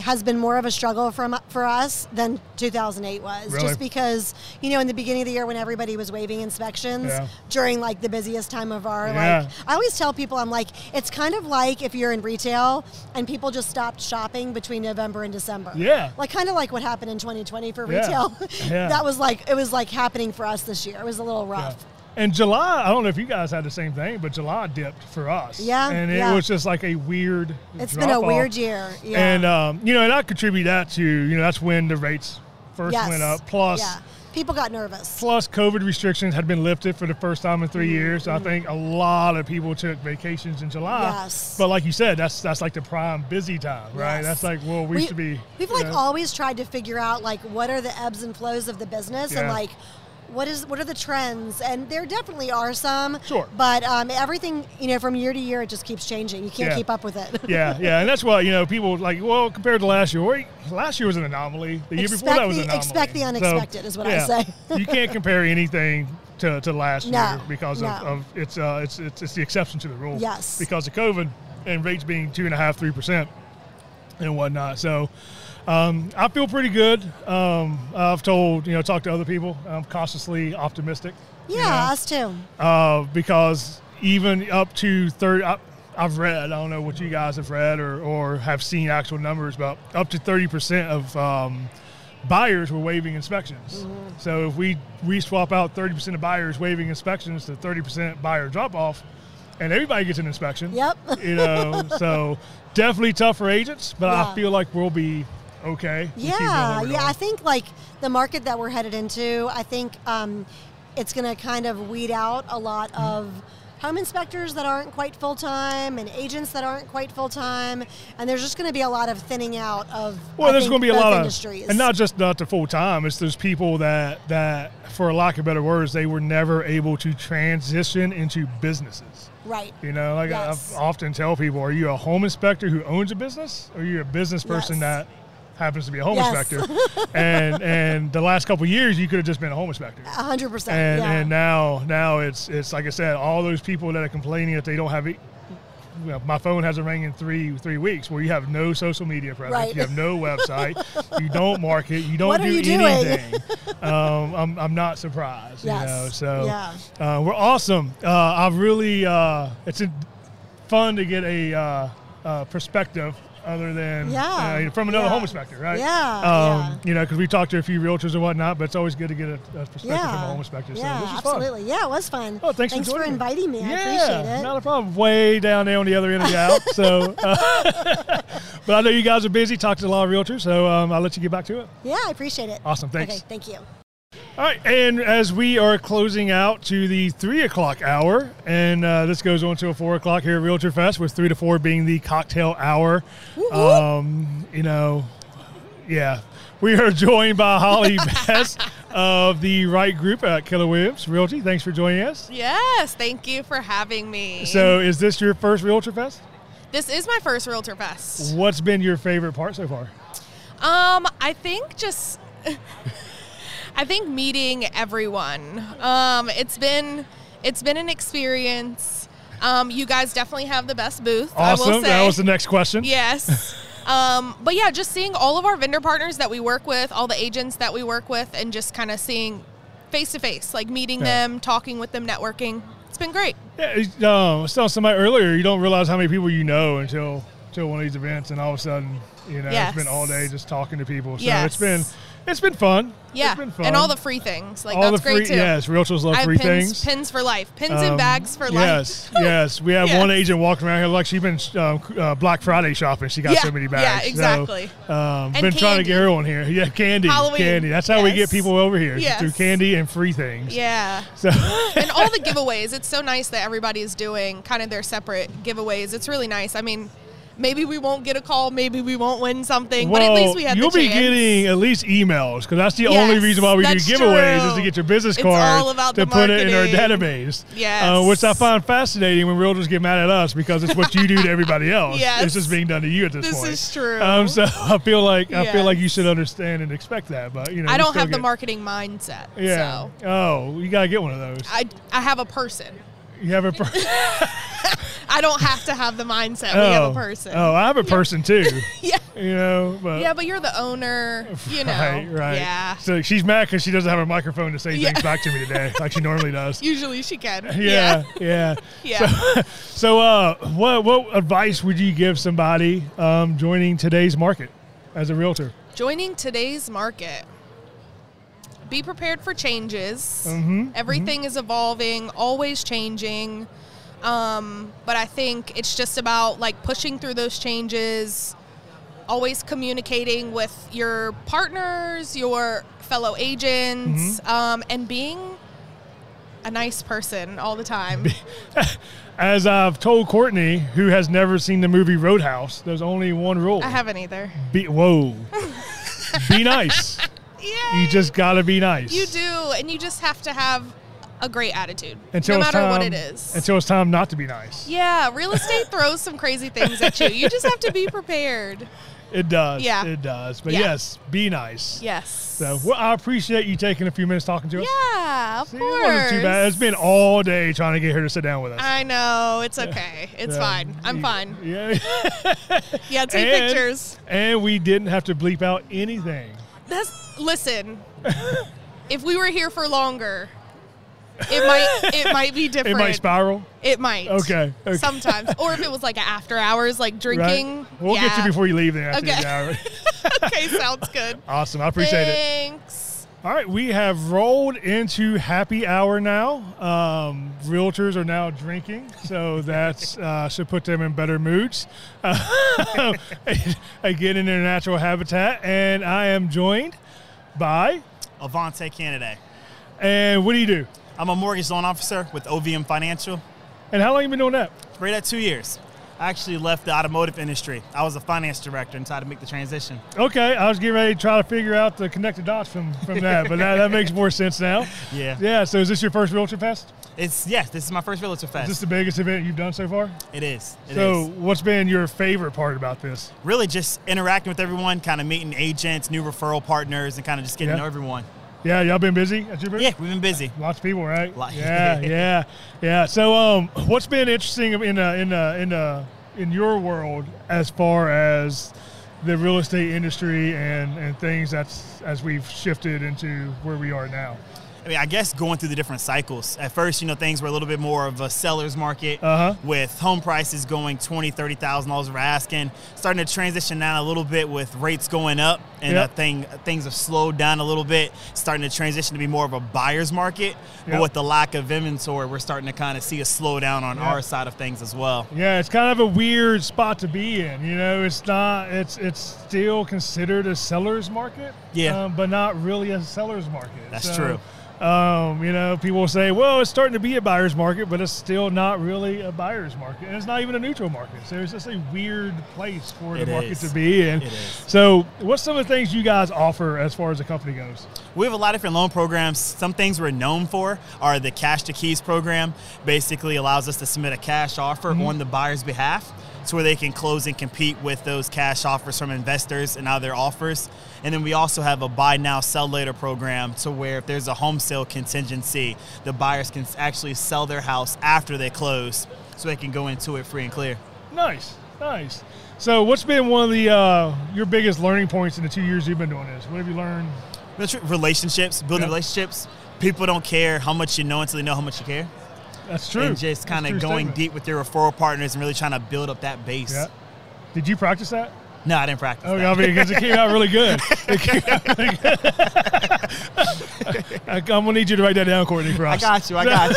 Speaker 9: has been more of a struggle from for us than 2008 was,
Speaker 1: Really?
Speaker 9: just because you know in the beginning of the year when everybody was waiving inspections
Speaker 1: Yeah.
Speaker 9: during like the busiest time of our
Speaker 1: Yeah.
Speaker 9: like. I always tell people I'm like it's kind of like if you're in retail and people just stopped shopping between November and December.
Speaker 1: Yeah.
Speaker 9: like kind of like what happened in 2020 for
Speaker 1: Yeah.
Speaker 9: retail. <laughs>
Speaker 1: Yeah.
Speaker 9: that was like it was like happening for us this year. It was a little rough.
Speaker 1: And July, I don't know if you guys had the same thing, but July dipped for us.
Speaker 9: Yeah,
Speaker 1: and it
Speaker 9: yeah.
Speaker 1: was just like a weird.
Speaker 9: It's been a
Speaker 1: drop-off.
Speaker 9: weird year. Yeah.
Speaker 1: And um, you know, and I contribute that to you know that's when the rates first
Speaker 9: Yes.
Speaker 1: went up. Plus,
Speaker 9: yeah. people got nervous.
Speaker 1: plus COVID restrictions had been lifted for the first time in 3 years. So I
Speaker 9: Mm-hmm.
Speaker 1: think a lot of people took vacations in July.
Speaker 9: Yes.
Speaker 1: But like you said, that's that's like the prime busy time, right?
Speaker 9: Yes.
Speaker 1: That's like well, we, should be.
Speaker 9: We've
Speaker 1: you
Speaker 9: like
Speaker 1: know.
Speaker 9: always tried to figure out like what are the ebbs and flows of the business and
Speaker 1: Yeah.
Speaker 9: like what is what are the trends and there definitely are some.
Speaker 1: Sure.
Speaker 9: But um, everything you know from year to year it just keeps changing. You can't
Speaker 1: Yeah.
Speaker 9: keep up with it.
Speaker 1: <laughs>
Speaker 9: <laughs>
Speaker 1: Yeah, yeah, and that's why you know people like well compared to last year. wait, Last year was an anomaly. The year before
Speaker 9: Expect
Speaker 1: that was
Speaker 9: the-
Speaker 1: an anomaly.
Speaker 9: expect the
Speaker 1: So,
Speaker 9: unexpected is what I say.
Speaker 1: <laughs> you can't compare anything to, to last
Speaker 9: No,
Speaker 1: year because of,
Speaker 9: no.
Speaker 1: of it's, uh, it's it's it's the exception to the rule.
Speaker 9: Yes.
Speaker 1: because of COVID and rates being two and a half three percent and whatnot. So. Um, I feel pretty good. Um, I've told, you know, talked to other people. I'm cautiously optimistic.
Speaker 9: yeah,
Speaker 1: you know
Speaker 9: us too.
Speaker 1: uh, because even up to 30. I, I've read, I don't know what you guys have read or, or have seen actual numbers, but up to 30% of um, buyers were waiving inspections.
Speaker 9: Mm-hmm.
Speaker 1: So if we, we swap out 30% of buyers waiving inspections to 30% buyer drop off, and everybody gets an inspection.
Speaker 9: Yep.
Speaker 1: You know,
Speaker 9: <laughs>
Speaker 1: so definitely tough for agents, but I
Speaker 9: Yeah.
Speaker 1: feel like we'll be okay. We keep doing what
Speaker 9: Yeah,
Speaker 1: we're
Speaker 9: yeah. I
Speaker 1: doing.
Speaker 9: think like the market that we're headed into, I think um, it's going to kind of weed out a lot
Speaker 1: Mm-hmm.
Speaker 9: of home inspectors that aren't quite full time and agents that aren't quite full time, and there's just going to be a lot of thinning out of.
Speaker 1: Well,
Speaker 9: I
Speaker 1: there's
Speaker 9: think,
Speaker 1: going to be a
Speaker 9: both
Speaker 1: lot of,
Speaker 9: industries,
Speaker 1: and not just not the full time. It's those people that that, for lack of better words, they were never able to transition into businesses.
Speaker 9: right.
Speaker 1: You know, like
Speaker 9: Yes.
Speaker 1: I I often tell people, are you a home inspector who owns a business, or are you a business person
Speaker 9: Yes.
Speaker 1: that happens to be a home
Speaker 9: Yes. <laughs>
Speaker 1: inspector? and and the last couple of years, you could have just been a home inspector.
Speaker 9: A hundred percent.
Speaker 1: And
Speaker 9: Yeah.
Speaker 1: and now now it's it's like I said, all those people that are complaining that they don't have. E- well, my phone hasn't rang in three three weeks. Where you have no social media presence,
Speaker 9: Right.
Speaker 1: you have no
Speaker 9: <laughs>
Speaker 1: website, you don't market, you don't
Speaker 9: What are
Speaker 1: do
Speaker 9: you doing? <laughs>
Speaker 1: anything. um, I'm, I'm not surprised. You
Speaker 9: Yes.
Speaker 1: know, so
Speaker 9: Yeah.
Speaker 1: uh, we're awesome. Uh, I've really uh, it's a, fun to get a uh, uh, perspective other than
Speaker 9: Yeah.
Speaker 1: you know, from another
Speaker 9: Yeah.
Speaker 1: home inspector, right?
Speaker 9: Yeah,
Speaker 1: Um,
Speaker 9: yeah.
Speaker 1: You know, because we talked to a few realtors and whatnot, but it's always good to get a, a perspective from a home inspector. So
Speaker 9: yeah,
Speaker 1: this is fun.
Speaker 9: absolutely. Yeah, it was fun.
Speaker 1: Oh, thanks,
Speaker 9: thanks for,
Speaker 1: joining
Speaker 9: inviting me.
Speaker 1: Yeah,
Speaker 9: I appreciate it.
Speaker 1: not a problem. Way down there on the other end of the aisle. So, uh, <laughs> but I know you guys are busy. Talked to a lot of realtors, so um, I'll let you get back to it.
Speaker 9: yeah, I appreciate it.
Speaker 1: Awesome, thanks.
Speaker 9: Okay, thank you.
Speaker 1: All right, and as we are closing out to the three o'clock hour, and uh, this goes on till four o'clock here at Realtor Fest, with three to four being the cocktail hour. Um, you know, yeah, we are <laughs> joined
Speaker 10: <laughs>
Speaker 1: by Holly Best of the Right Group at Keller Williams Realty. Thanks for joining us.
Speaker 10: Yes, thank you for having me.
Speaker 1: So, is this your first Realtor Fest?
Speaker 10: this is my first Realtor Fest.
Speaker 1: What's been your favorite part so far?
Speaker 10: Um, I think just <laughs> I think meeting everyone. Um, it's been it's been an experience. Um, you guys definitely have the best booth. I will
Speaker 1: Awesome.
Speaker 10: say.
Speaker 1: That was the next question. <laughs>
Speaker 10: Yes. um, but yeah, just seeing all of our vendor partners that we work with, all the agents that we work with, and just kind of seeing face to face, like meeting
Speaker 1: Yeah.
Speaker 10: them, talking with them, networking. It's been great.
Speaker 1: Yeah, it's- um, I was telling somebody earlier, you don't realize how many people you know until until one of these events, and all of a sudden, you know, it's been all day
Speaker 10: Yes.
Speaker 1: just talking to people. So it's
Speaker 10: Yes.
Speaker 1: been it's been fun.
Speaker 10: Yeah,
Speaker 1: it's been fun.
Speaker 10: and all the free things. Like
Speaker 1: All
Speaker 10: that's
Speaker 1: the free,
Speaker 10: great too.
Speaker 1: Yes, realtors love
Speaker 10: I have
Speaker 1: free
Speaker 10: pins,
Speaker 1: things.
Speaker 10: pins for life, pins
Speaker 1: Um,
Speaker 10: and bags for
Speaker 1: Yes, yes. We have
Speaker 10: Yes.
Speaker 1: one agent walking around here like she's been um, uh, Black Friday shopping. She got
Speaker 10: Yeah,
Speaker 1: so many
Speaker 10: yeah,
Speaker 1: bags. So,
Speaker 10: exactly.
Speaker 1: um,
Speaker 10: And
Speaker 1: been trying to
Speaker 10: candy.
Speaker 1: get her on here. <laughs> Yeah, candy,
Speaker 10: Halloween,
Speaker 1: candy. That's how we get
Speaker 10: yes.
Speaker 1: people over here
Speaker 10: Yes.
Speaker 1: through candy and free things.
Speaker 10: life. <laughs> Yeah.
Speaker 1: So
Speaker 10: <laughs> and all
Speaker 1: <laughs>
Speaker 10: the giveaways. It's so nice that everybody is doing kind of their separate giveaways. It's really nice. I mean, maybe we won't get a call, maybe we won't win something, but at least we had
Speaker 1: you'll
Speaker 10: the
Speaker 1: be
Speaker 10: chance.
Speaker 1: getting at least emails because that's the only
Speaker 10: Yes,
Speaker 1: reason why we do
Speaker 10: that's
Speaker 1: giveaways is to
Speaker 10: true.
Speaker 1: get your business
Speaker 10: It's
Speaker 1: card
Speaker 10: all about
Speaker 1: to
Speaker 10: the
Speaker 1: put it in our
Speaker 10: marketing.
Speaker 1: database.
Speaker 10: Yes.
Speaker 1: Uh, which I find fascinating when realtors get mad at us because it's what you do to everybody else.
Speaker 10: Yes.
Speaker 1: It's just being done to you at this,
Speaker 10: This
Speaker 1: point.
Speaker 10: is true.
Speaker 1: Um, so <laughs> I feel like I feel like you
Speaker 10: Yes.
Speaker 1: should understand and expect that, but you know
Speaker 10: I
Speaker 1: we
Speaker 10: don't
Speaker 1: still
Speaker 10: have the
Speaker 1: get-
Speaker 10: marketing mindset.
Speaker 1: Yeah.
Speaker 10: So
Speaker 1: Oh, you gotta get one of those.
Speaker 10: I, I have a person. <laughs>
Speaker 1: You have a. Per-
Speaker 10: I don't have to have the mindset.
Speaker 1: oh.
Speaker 10: We have a person.
Speaker 1: Oh, I have a person too.
Speaker 10: <laughs> Yeah.
Speaker 1: You know, but
Speaker 10: Yeah, but you're the owner, you know.
Speaker 1: <laughs> Right, right.
Speaker 10: Yeah.
Speaker 1: So she's mad because she doesn't have her microphone to say
Speaker 10: Yeah.
Speaker 1: things back to
Speaker 10: <laughs>
Speaker 1: me today, like she normally does.
Speaker 10: Usually she can.
Speaker 1: <laughs> Yeah, yeah.
Speaker 10: <laughs> Yeah.
Speaker 1: So, <laughs> uh, what what advice would you give somebody um, joining today's market as a realtor?
Speaker 10: Joining today's market. Be prepared for changes.
Speaker 1: Mm-hmm,
Speaker 10: Everything is evolving, always changing. Um, but I think it's just about like pushing through those changes, always communicating with your partners, your fellow agents,
Speaker 1: Mm-hmm.
Speaker 10: um, and being a nice person all the time.
Speaker 1: As I've told Courtney, who has never seen the movie Roadhouse, there's only one rule:
Speaker 10: I haven't either. <laughs>
Speaker 1: be whoa, be nice.
Speaker 10: Yeah.
Speaker 1: You just gotta be nice.
Speaker 10: You do, and you just have to have a great attitude,
Speaker 1: Until
Speaker 10: no
Speaker 1: it's
Speaker 10: matter what
Speaker 1: time-
Speaker 10: it is.
Speaker 1: Until it's time not to be nice.
Speaker 10: yeah, real
Speaker 1: <laughs>
Speaker 10: estate throws some crazy things at you. You just have to be prepared.
Speaker 1: It does.
Speaker 10: Yeah.
Speaker 1: It does. But
Speaker 10: Yeah.
Speaker 1: yes, be nice.
Speaker 10: Yes.
Speaker 1: So well, I appreciate you taking a few minutes talking to us.
Speaker 10: yeah, of
Speaker 1: See, it
Speaker 10: course.
Speaker 1: wasn't too bad. It's been all day trying to get her to sit down with us.
Speaker 10: I know it's okay. It's
Speaker 1: So,
Speaker 10: fine. I'm
Speaker 1: you-
Speaker 10: fine.
Speaker 1: Yeah.
Speaker 10: <laughs> Yeah, take
Speaker 1: And-
Speaker 10: pictures.
Speaker 1: And we didn't have to bleep out anything. <laughs>
Speaker 10: That's listen. if we were here for longer, It might it might be
Speaker 1: <laughs> It
Speaker 10: different.
Speaker 1: might spiral.
Speaker 10: It might.
Speaker 1: Okay, okay.
Speaker 10: Sometimes, or if it was like after hours, like drinking.
Speaker 1: <laughs> Right? We'll get you
Speaker 10: yeah.
Speaker 1: before you leave there. After
Speaker 10: Okay.
Speaker 1: the hour.
Speaker 10: <laughs> okay, sounds good.
Speaker 1: <laughs> Awesome. I appreciate it.
Speaker 10: Thanks.
Speaker 1: All right, we have rolled into happy hour now. Um, realtors are now drinking,
Speaker 11: <laughs>
Speaker 1: so that uh, should put them in better moods. Uh, <laughs> again, in their natural habitat, and I am joined by.
Speaker 11: Avante Canada.
Speaker 1: And what do you do?
Speaker 11: I'm a mortgage loan officer with OVM Financial.
Speaker 1: And how long you been doing that?
Speaker 11: Right at two years. I actually left the automotive industry. I was a finance director and tried to make the transition.
Speaker 1: Okay, I was getting ready to try to figure out the connected dots from, from that, but that, that makes more sense now.
Speaker 11: <laughs> Yeah.
Speaker 1: Yeah. So is this your first realtor fest?
Speaker 11: It's yes, this is my first Realtor Fest.
Speaker 1: Is this the biggest event you've done so far?
Speaker 11: it is. It
Speaker 1: so
Speaker 11: is.
Speaker 1: what's been your favorite part about this?
Speaker 11: Really just interacting with everyone, kind of meeting agents, new referral partners, and kind of just getting
Speaker 1: Yeah.
Speaker 11: to know everyone.
Speaker 1: Yeah, y'all been busy at your booth?
Speaker 11: Yeah, we've been busy.
Speaker 1: Lots of people, right?
Speaker 11: Lot- <laughs>
Speaker 1: Yeah, yeah, yeah. So, um, what's been interesting in uh, in uh, in uh, in your world as far as the real estate industry and and things that's as we've shifted into where we are now?
Speaker 11: I mean, I guess going through the different cycles. At first, you know, things were a little bit more of a seller's market
Speaker 1: Uh-huh.
Speaker 11: with home prices going twenty, thirty thousand dollars for asking. Starting to transition now a little bit with rates going up, and
Speaker 1: Yep.
Speaker 11: I think things have slowed down a little bit. Starting to transition to be more of a buyer's market,
Speaker 1: Yep.
Speaker 11: but with the lack of inventory, we're starting to kind of see a slowdown on
Speaker 1: Yeah.
Speaker 11: our side of things as well.
Speaker 1: Yeah, it's kind of a weird spot to be in. You know, it's not it's it's still considered a seller's market.
Speaker 11: Yeah.
Speaker 1: um, but not really a seller's market.
Speaker 11: That's
Speaker 1: true. Um, you know, people say, "Well, it's starting to be a buyer's market," but it's still not really a buyer's market, and it's not even a neutral market. So it's just a weird place for
Speaker 11: It
Speaker 1: the market
Speaker 11: is.
Speaker 1: to be. And
Speaker 11: It is.
Speaker 1: so, what's some of the things you guys offer as far as the company goes?
Speaker 11: We have a lot of different loan programs. Some things we're known for are the Cash to Keys program. Basically, allows us to submit a cash offer on the buyer's behalf to where they can close and compete with those cash offers from investors and other offers. And then we also have a buy now, sell later program to where if there's a home sale contingency, the buyers can actually sell their house after they close so they can go into it free and clear.
Speaker 1: Nice, nice. So, what's been one of the uh, your biggest learning points in the two years you've been doing this? What have you learned?
Speaker 11: That's true. Relationships, building
Speaker 1: Yeah.
Speaker 11: relationships. People don't care how much you know until they know how much you care.
Speaker 1: That's true.
Speaker 11: And just
Speaker 1: That's
Speaker 11: kind
Speaker 1: a true
Speaker 11: of going
Speaker 1: statement.
Speaker 11: deep with your referral partners and really trying to build up that base.
Speaker 1: Yeah. Did you practice that?
Speaker 11: No, I didn't practice.
Speaker 1: Oh,
Speaker 11: that.
Speaker 1: I mean, because it came out really
Speaker 11: <laughs>
Speaker 1: good. It came out really good. <laughs> I- I'm gonna need you to write that down, Courtney. For
Speaker 11: I
Speaker 1: us.
Speaker 11: got you. I got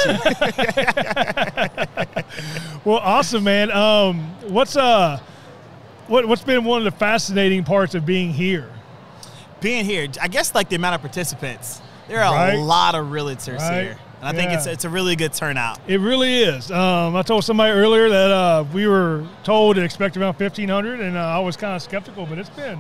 Speaker 11: you.
Speaker 1: <laughs> Well, awesome, man. Um, what's uh, what what's been one of the fascinating parts of being here?
Speaker 11: Being here, I guess like the amount of participants. There are
Speaker 1: Right.
Speaker 11: a lot of realtors
Speaker 1: Right.
Speaker 11: here, and I think it's
Speaker 1: Yeah.
Speaker 11: it's a really good turnout.
Speaker 1: It really is. Um, I told somebody earlier that uh, we were told to expect around 1,500, and uh, I was kind of skeptical, but it's been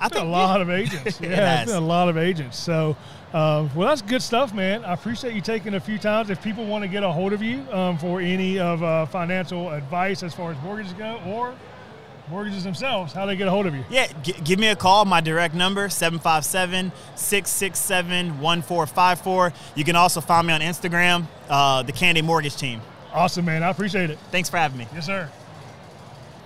Speaker 11: I
Speaker 1: It's been
Speaker 11: think
Speaker 1: a lot
Speaker 11: <laughs>
Speaker 1: of agents.
Speaker 11: It
Speaker 1: Yeah, it's
Speaker 11: has.
Speaker 1: been a lot of agents. So, um, well, that's good stuff, man. I appreciate you taking a few times. If people want to get a hold of you um, for any of uh, financial advice as far as mortgages go, or mortgages themselves, how they get a hold of you.
Speaker 11: Yeah, g- give me a call. My direct number, 757-667-1454. You can also find me on Instagram, uh, the Candy Mortgage Team.
Speaker 1: Awesome, man. I appreciate it.
Speaker 11: Thanks for having me.
Speaker 1: Yes, sir.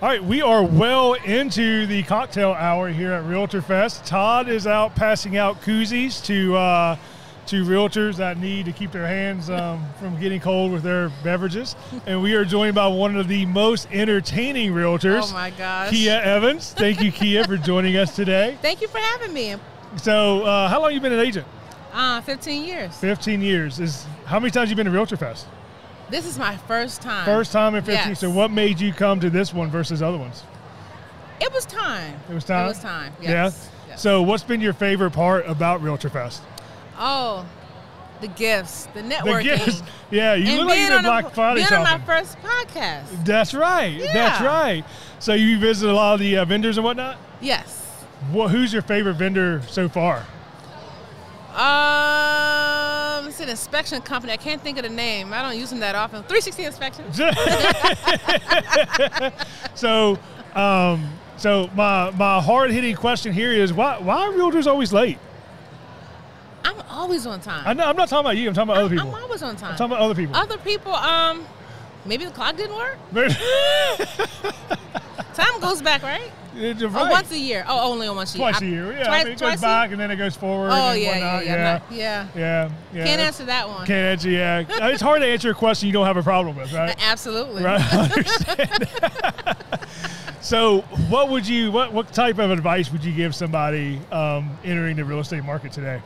Speaker 1: All right, we are well into the cocktail hour here at Realtor Fest. Todd is out passing out koozies to uh, to realtors that need to keep their
Speaker 10: <laughs>
Speaker 1: hands um, from getting cold with their beverages, and we are joined by one of the most entertaining realtors,
Speaker 10: Oh my gosh.
Speaker 1: Kia Evans. Thank you, Kia, for joining us today.
Speaker 12: Thank you for having me.
Speaker 1: So, uh, how long you been an agent?
Speaker 12: Uh, 15 years.
Speaker 1: Fifteen years. Is how many times you been to Realtor Fest?
Speaker 12: This is my first time.
Speaker 1: First time in fifteen.
Speaker 12: Yes.
Speaker 1: So, what made you come to this one versus other ones?
Speaker 12: It was time.
Speaker 1: It was time.
Speaker 12: It was time. Yes.
Speaker 1: Yeah.
Speaker 12: Yes.
Speaker 1: So, what's been your favorite part about Realtor Fest?
Speaker 12: Oh, the gifts, the networking.
Speaker 1: gifts. Yeah, you
Speaker 12: and
Speaker 1: look like
Speaker 12: being
Speaker 1: you've been
Speaker 12: on a-
Speaker 1: Black Friday
Speaker 12: being on
Speaker 1: shopping.
Speaker 12: my first podcast.
Speaker 1: That's right. That's
Speaker 12: Yeah.
Speaker 1: right. So, you visit a lot of the uh, vendors and whatnot.
Speaker 12: Yes.
Speaker 1: What, who's your favorite vendor so far? <laughs>
Speaker 12: Um, it's an inspection company. I can't think of the name. I don't use them that often. 360 inspection.
Speaker 1: so, um, so my my hard hitting question here is why why are realtors always late?
Speaker 12: I'm always on time.
Speaker 1: I know, I'm not talking about you. I'm talking about other people.
Speaker 12: I'm always on time.
Speaker 1: I'm talking about other people.
Speaker 12: Other people, um, maybe the clock didn't work. <laughs> Time goes back, right?
Speaker 1: It's
Speaker 12: Oh,
Speaker 1: right.
Speaker 12: once a year. Oh, only once a year.
Speaker 1: Twice
Speaker 12: I-
Speaker 1: a year. Yeah,
Speaker 12: Twice,
Speaker 1: I mean, it
Speaker 12: twice
Speaker 1: goes
Speaker 12: a year.
Speaker 1: back and then it goes forward.
Speaker 12: Oh,
Speaker 1: and
Speaker 12: yeah,
Speaker 1: whatnot.
Speaker 12: yeah, yeah, I'm not- yeah.
Speaker 1: yeah, yeah.
Speaker 12: Can't answer that one.
Speaker 1: Can't answer.
Speaker 12: <laughs>
Speaker 1: Yeah, Uh, it's hard to answer a question you don't have a problem with, right?
Speaker 12: Absolutely.
Speaker 1: Right. I understand. so, what would you? What what type of advice would you give somebody um, entering the real estate market today?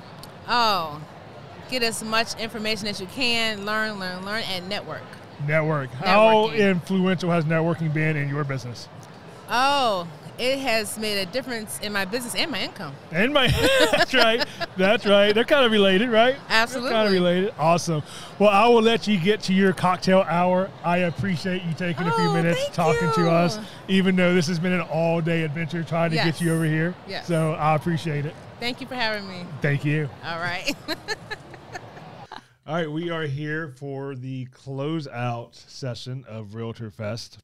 Speaker 12: Oh, get as much information as you can. Learn, learn, learn, and network.
Speaker 1: Network. How influential has networking been in your business?
Speaker 12: Oh, it has made a difference in my business and my income.
Speaker 1: And my <laughs> that's right, that's right. They're kind of related, right?
Speaker 12: Absolutely.
Speaker 1: kind of related. Awesome. Well, I will let you get to your cocktail hour. I appreciate you taking a
Speaker 12: Oh,
Speaker 1: few minutes talking to us, even though this has been an all-day adventure trying to
Speaker 12: Yes.
Speaker 1: get you over here.
Speaker 12: Yes.
Speaker 1: So I appreciate it.
Speaker 12: Thank you for having me.
Speaker 1: Thank you.
Speaker 12: All right. <laughs>
Speaker 1: All right, we are here for the closeout session of Realtor Fest.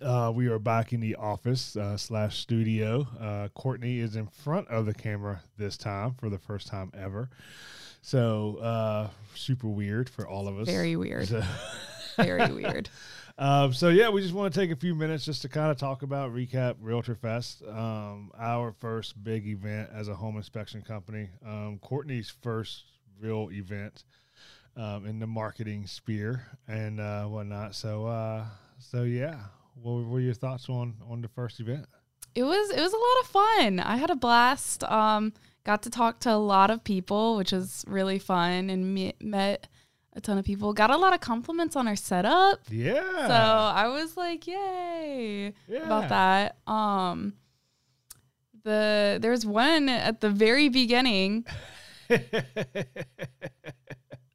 Speaker 1: Uh, we are back in the office uh, slash studio. Uh, Courtney is in front of the camera this time for the first time ever. So uh, super weird for all of us.
Speaker 4: Very
Speaker 1: <laughs>
Speaker 4: weird.
Speaker 1: So-
Speaker 4: Very weird.
Speaker 1: <laughs> Um, so yeah, we just want to take a few minutes just to kind of talk about recap Realtor Fest, um, our first big event as a home inspection company, um, Courtney's first real event um, in the marketing sphere and uh, whatnot. So uh, so yeah, what were your thoughts on on the first event?
Speaker 13: it was it was a lot of fun. I had a blast. Um, got to talk to a lot of people, which was really fun, and me- met a ton of people. Got a lot of compliments on our setup.
Speaker 1: Yeah.
Speaker 13: So I was like, yay about that. Um, the there was one at the very beginning.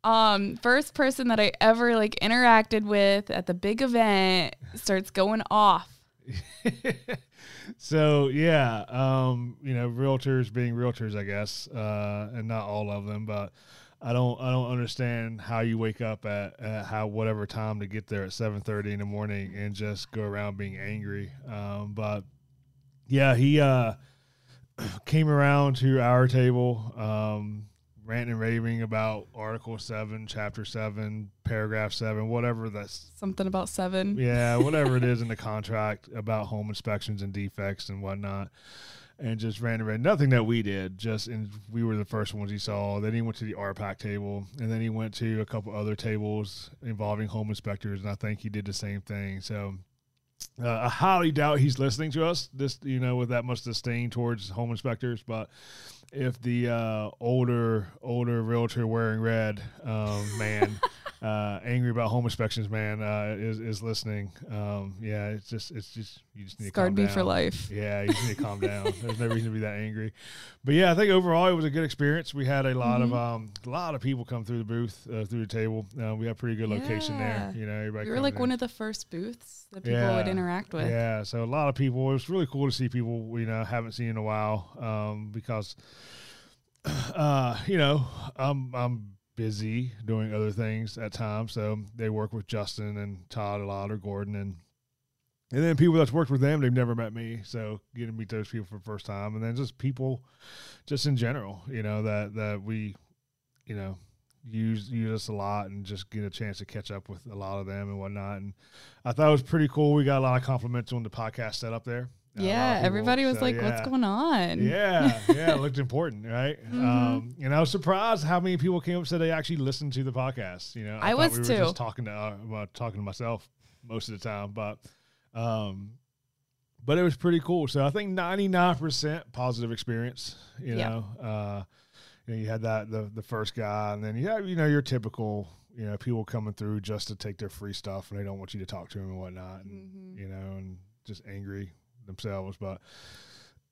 Speaker 13: um, first person that I ever like interacted with at the big event starts going off.
Speaker 1: So yeah, um, you know, realtors being realtors, I guess, uh, and not all of them, but I don't, I don't understand how you wake up at, at how whatever time to get there at seven thirty in the morning and just go around being angry. Um, but yeah, he uh, <clears throat> came around to our table, um, ranting and raving about Article Seven, Chapter Seven, Paragraph Seven, whatever that's
Speaker 13: Something about seven.
Speaker 1: <laughs> yeah, whatever it is in the contract about home inspections and defects and whatnot. And just random, random nothing that we did. Just and we were the first ones he saw. Then he went to the RPAC table, and then he went to a couple other tables involving home inspectors. And I think he did the same thing. So uh, I highly doubt he's listening to us. This, you know, with that much disdain towards home inspectors. But if the uh, older, older realtor wearing red um,
Speaker 13: <laughs>
Speaker 1: man, uh, angry about home inspections, man, uh, is is listening. Um, yeah, it's just, it's just, you just need
Speaker 13: Scarred
Speaker 1: to calm
Speaker 13: me for
Speaker 1: down.
Speaker 13: life.
Speaker 1: Yeah, you just need
Speaker 13: <laughs>
Speaker 1: to calm down. There's no reason to be that angry. But yeah, I think overall it was a good experience. We had a lot
Speaker 13: Mhm.
Speaker 1: of, um, a lot of people come through the booth, uh, through the table. Uh, we had a pretty good location there. You know, everybody.
Speaker 13: we were
Speaker 1: comes
Speaker 13: like
Speaker 1: in.
Speaker 13: one of the first booths that people would interact with.
Speaker 1: Yeah, so a lot of people. It was really cool to see people you know haven't seen in a while um, because <clears throat> uh, you know I'm I'm busy doing other things at times. So they work with Justin and Todd a lot or Gordon and and then people that's worked with them, they've never met me. So getting to meet those people for the first time, and then just people, just in general, you know that that we, you know, use use us a lot, and just get a chance to catch up with a lot of them and whatnot. And I thought it was pretty cool. We got a lot of compliments on the podcast setup there. Uh, A lot of
Speaker 13: Yeah,
Speaker 1: people-
Speaker 13: everybody was
Speaker 1: so,
Speaker 13: like, "What's
Speaker 1: yeah.
Speaker 13: going on?"
Speaker 1: Yeah,
Speaker 13: <laughs>
Speaker 1: yeah, it looked important, right?
Speaker 13: Mhm.
Speaker 1: Um, and I was surprised how many people came up and said they actually listened to the podcast. You know,
Speaker 13: I
Speaker 1: thought
Speaker 13: was
Speaker 1: we were
Speaker 13: too.
Speaker 1: Just talking to uh, well, talking to myself most of the time, but um, but it was pretty cool. So I think ninety nine percent positive experience. You
Speaker 13: Yeah.
Speaker 1: know, uh, you, know, you had that the the first guy, and then you have you know your typical you know people coming through just to take their free stuff, and they don't want you to talk to them and whatnot, and
Speaker 13: Mm-hmm.
Speaker 1: you know, and just angry themselves, but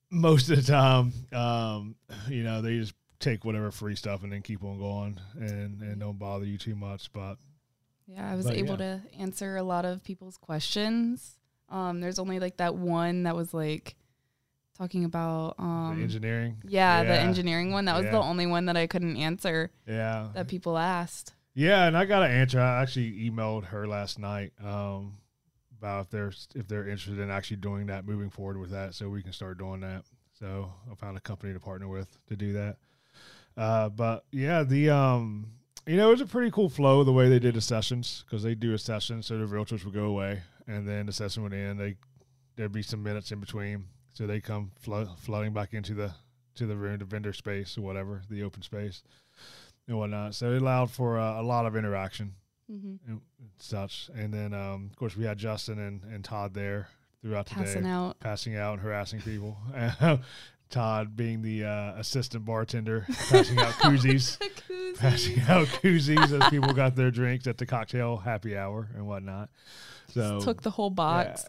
Speaker 1: most of the time, um, you know, they just take whatever free stuff and then keep on going and and don't bother you too much. But
Speaker 13: Yeah, I was
Speaker 1: But
Speaker 13: able
Speaker 1: yeah.
Speaker 13: to answer a lot of people's questions. Um, there's only like that one that was like talking about um,
Speaker 1: engineering?
Speaker 13: Yeah, the
Speaker 1: Yeah.
Speaker 13: engineering one. That was
Speaker 1: Yeah.
Speaker 13: the only one that I couldn't answer.
Speaker 1: Yeah.
Speaker 13: that people asked.
Speaker 1: yeah, and I got an answer. I actually emailed her last night um, about if they're if they're interested in actually doing that, moving forward with that, so we can start doing that. So I found a company to partner with to do that. Uh, but yeah, the um, you know, it was a pretty cool flow the way they did the sessions because they do a session, so the realtors would go away, and then the session would end. They there'd be some minutes in between, So they come flo- flooding back into the to the room, the vendor space or whatever, the open space and whatnot. So it allowed for uh, a lot of interaction
Speaker 13: Mhm.
Speaker 1: and such. And then, um, of course, we had Justin and, and Todd there throughout the
Speaker 13: Passing
Speaker 1: day,
Speaker 13: out.
Speaker 1: passing out and harassing people. <laughs> Todd being the uh, assistant bartender,
Speaker 13: <laughs>
Speaker 1: passing out koozies, passing out koozies as people got their drinks at the cocktail happy hour and whatnot. So
Speaker 13: Took the whole box.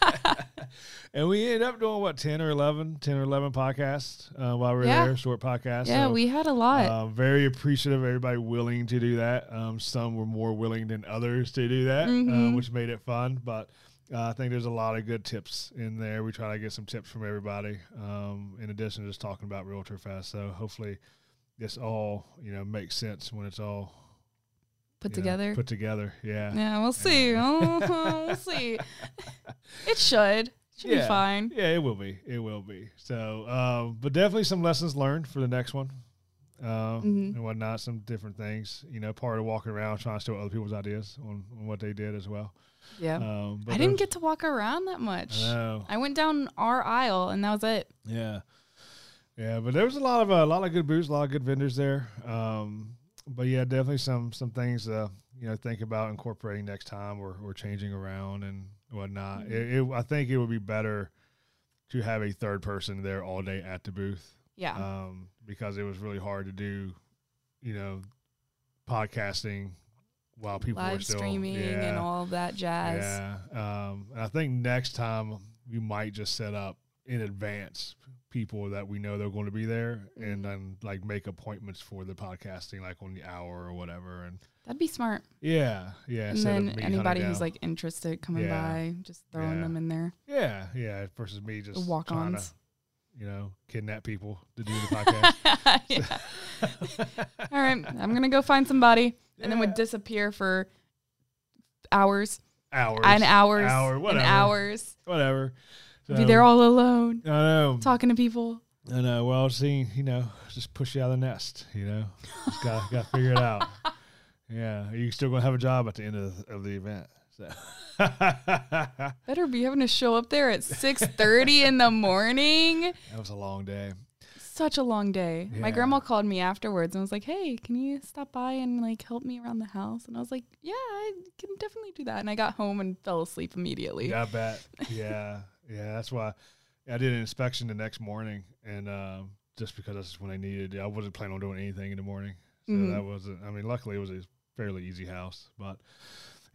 Speaker 1: <laughs> and we ended up doing what 10 or 11 10 or 11 podcasts uh, while we were
Speaker 13: Yeah.
Speaker 1: there short podcasts
Speaker 13: Yeah, we had a lot.
Speaker 1: uh, very appreciative of everybody willing to do that um, some were more willing than others to do that uh,
Speaker 13: Mhm.
Speaker 1: which made it fun but uh, I think there's a lot of good tips in there. We try to get some tips from everybody. Um, in addition to just talking about Realtor Fest, so hopefully this all you know makes sense when it's all
Speaker 13: Put
Speaker 1: you know,
Speaker 13: together?
Speaker 1: put together, yeah.
Speaker 13: yeah, we'll
Speaker 1: <laughs>
Speaker 13: see. Oh, we'll see. It should. Should be fine.
Speaker 1: Yeah, it will be. It will be. So, um, but definitely some lessons learned for the next one, uh,
Speaker 13: Mhm.
Speaker 1: and whatnot. Some different things. You know, part of walking around trying to steal other people's ideas on, on what they did as well.
Speaker 13: Yeah.
Speaker 1: Um, but Oh.
Speaker 13: I didn't
Speaker 1: those-
Speaker 13: get to walk around that much.
Speaker 1: I know.
Speaker 13: I went down our aisle and that was it.
Speaker 1: Yeah, yeah, but there was a lot of uh, a lot of good booths, a lot of good vendors there. Um, but yeah, definitely some some things uh, you know think about incorporating next time or, or changing around and whatnot. It, it, I think it would be better to have a third person there all day at the booth.
Speaker 13: Yeah.
Speaker 1: um, because it was really hard to do, you know, podcasting while people were
Speaker 13: Live
Speaker 1: still
Speaker 13: streaming and
Speaker 1: yeah.
Speaker 13: all that jazz.
Speaker 1: Yeah. Um, and I think next time we might just set up in advance people that we know they're going to be there
Speaker 13: Mm-hmm.
Speaker 1: and then like make appointments for the podcasting like on the hour or whatever and
Speaker 13: That'd be smart.
Speaker 1: yeah yeah
Speaker 13: and
Speaker 1: instead of
Speaker 13: then
Speaker 1: me hunting
Speaker 13: anybody who's
Speaker 1: down.
Speaker 13: like interested coming
Speaker 1: Yeah.
Speaker 13: by, just throwing
Speaker 1: Yeah.
Speaker 13: them in there.
Speaker 1: yeah yeah versus me just trying to
Speaker 13: walk-ons.
Speaker 1: you know kidnap people
Speaker 13: <laughs>
Speaker 1: to do the podcast
Speaker 13: Yeah.
Speaker 1: <laughs>
Speaker 13: All right, I'm gonna go find somebody, and then would disappear for hours,
Speaker 1: hours
Speaker 13: and hours,
Speaker 1: hour,
Speaker 13: and
Speaker 1: whatever.
Speaker 13: hours.
Speaker 1: whatever
Speaker 13: Be there all alone,
Speaker 1: I know
Speaker 13: talking to people.
Speaker 1: I know. Well, seeing you know, just push you out of the nest. You know, just got got to figure
Speaker 13: <laughs>
Speaker 1: it out. Yeah, you still gonna have a job at the end of the, of the event. So <laughs> that
Speaker 13: Better be having to show up there at 6:30 in the morning.
Speaker 1: was a long day.
Speaker 13: Such a long day. My
Speaker 1: Yeah.
Speaker 13: grandma called me afterwards and was like, "Hey, can you stop by and like help me around the house?" And I was like, "Yeah, I can definitely do that." And I got home and fell asleep immediately.
Speaker 1: Yeah, I bet. Yeah, yeah. That's why I did an inspection the next morning, and um, just because that's when I needed. it. I wasn't planning on doing anything in the morning, so
Speaker 13: Mhm.
Speaker 1: that wasn't. I mean, luckily it was a fairly easy house, but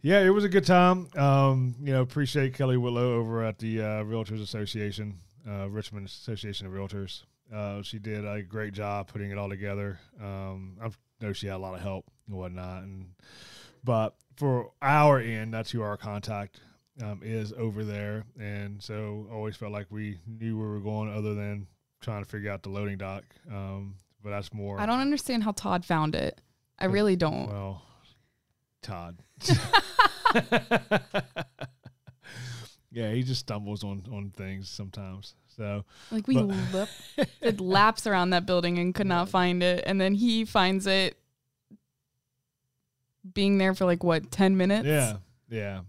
Speaker 1: yeah, it was a good time. Um, you know, appreciate Kelly Willow over at the uh, Realtors Association, uh, Richmond Association of Realtors. Uh, she did a great job putting it all together. Um, I know she had a lot of help and whatnot, and but for our end, that's who our contact um, is over there, and so always felt like we knew where we were going, other than trying to figure out the loading dock. Um, but that's more.
Speaker 13: I don't understand how Todd found it. I really don't.
Speaker 1: Well,
Speaker 13: <laughs>
Speaker 1: Todd. <laughs> yeah, he just stumbles on on things sometimes. So
Speaker 13: Like we
Speaker 1: but-
Speaker 13: lap,
Speaker 1: <laughs>
Speaker 13: did laps around that building and could not find it, and then he finds it, being there for like what ten minutes.
Speaker 1: Yeah, yeah.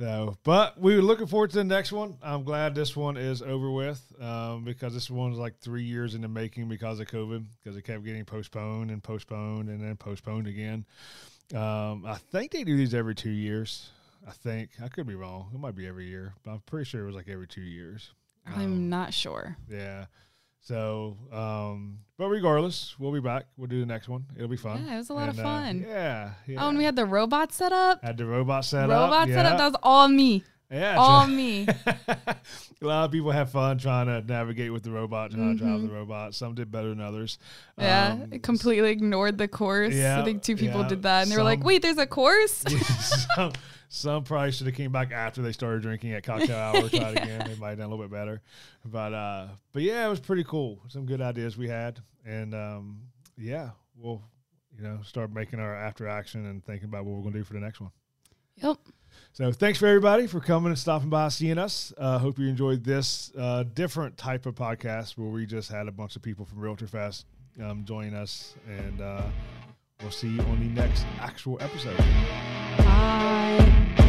Speaker 1: So, but we were looking forward to the next one. I'm glad this one is over with um, because this one's like three years in the making because of COVID, because it kept getting postponed and postponed and then postponed again. Um, I think they do these every two years. I think I could be wrong. It might be every year, but I'm pretty sure it was like every two years. Um,
Speaker 13: I'm not sure.
Speaker 1: Yeah. So, um, but regardless, we'll be back. We'll do the next one. It'll be fun.
Speaker 13: Yeah, it was a lot of
Speaker 1: And, uh,
Speaker 13: fun.
Speaker 1: yeah, yeah.
Speaker 13: Oh, and we had the robot set up.
Speaker 1: Had the robot set up.
Speaker 13: robot set
Speaker 1: yeah.
Speaker 13: up. That was all me.
Speaker 1: Yeah,
Speaker 13: all
Speaker 1: so-
Speaker 13: me.
Speaker 1: <laughs> a lot of people have fun trying to navigate with the robot, trying to drive
Speaker 13: Mhm.
Speaker 1: the robot. Some did better than others.
Speaker 13: Yeah,
Speaker 1: Um,
Speaker 13: it completely ignored the course.
Speaker 1: yeah,
Speaker 13: I think two people
Speaker 1: yeah,
Speaker 13: did that, and they were like,
Speaker 1: some-
Speaker 13: "Wait, there's a
Speaker 1: <laughs>
Speaker 13: course."
Speaker 1: some, some probably should have came back after they started drinking
Speaker 13: <laughs>
Speaker 1: at cocktail hour. Tried
Speaker 13: Yeah.
Speaker 1: again, they might have done a little bit better. But uh, but yeah, it was pretty cool. Some good ideas we had, and um, yeah, we'll you know start making our after action and thinking about what we're gonna do for the next one.
Speaker 13: Yep.
Speaker 1: So thanks for everybody for coming and stopping by, seeing us. Uh, hope you enjoyed this uh, different type of podcast where we just had a bunch of people from Realtor Fest um, join us, and uh, we'll see you on the next actual episode.
Speaker 13: Bye.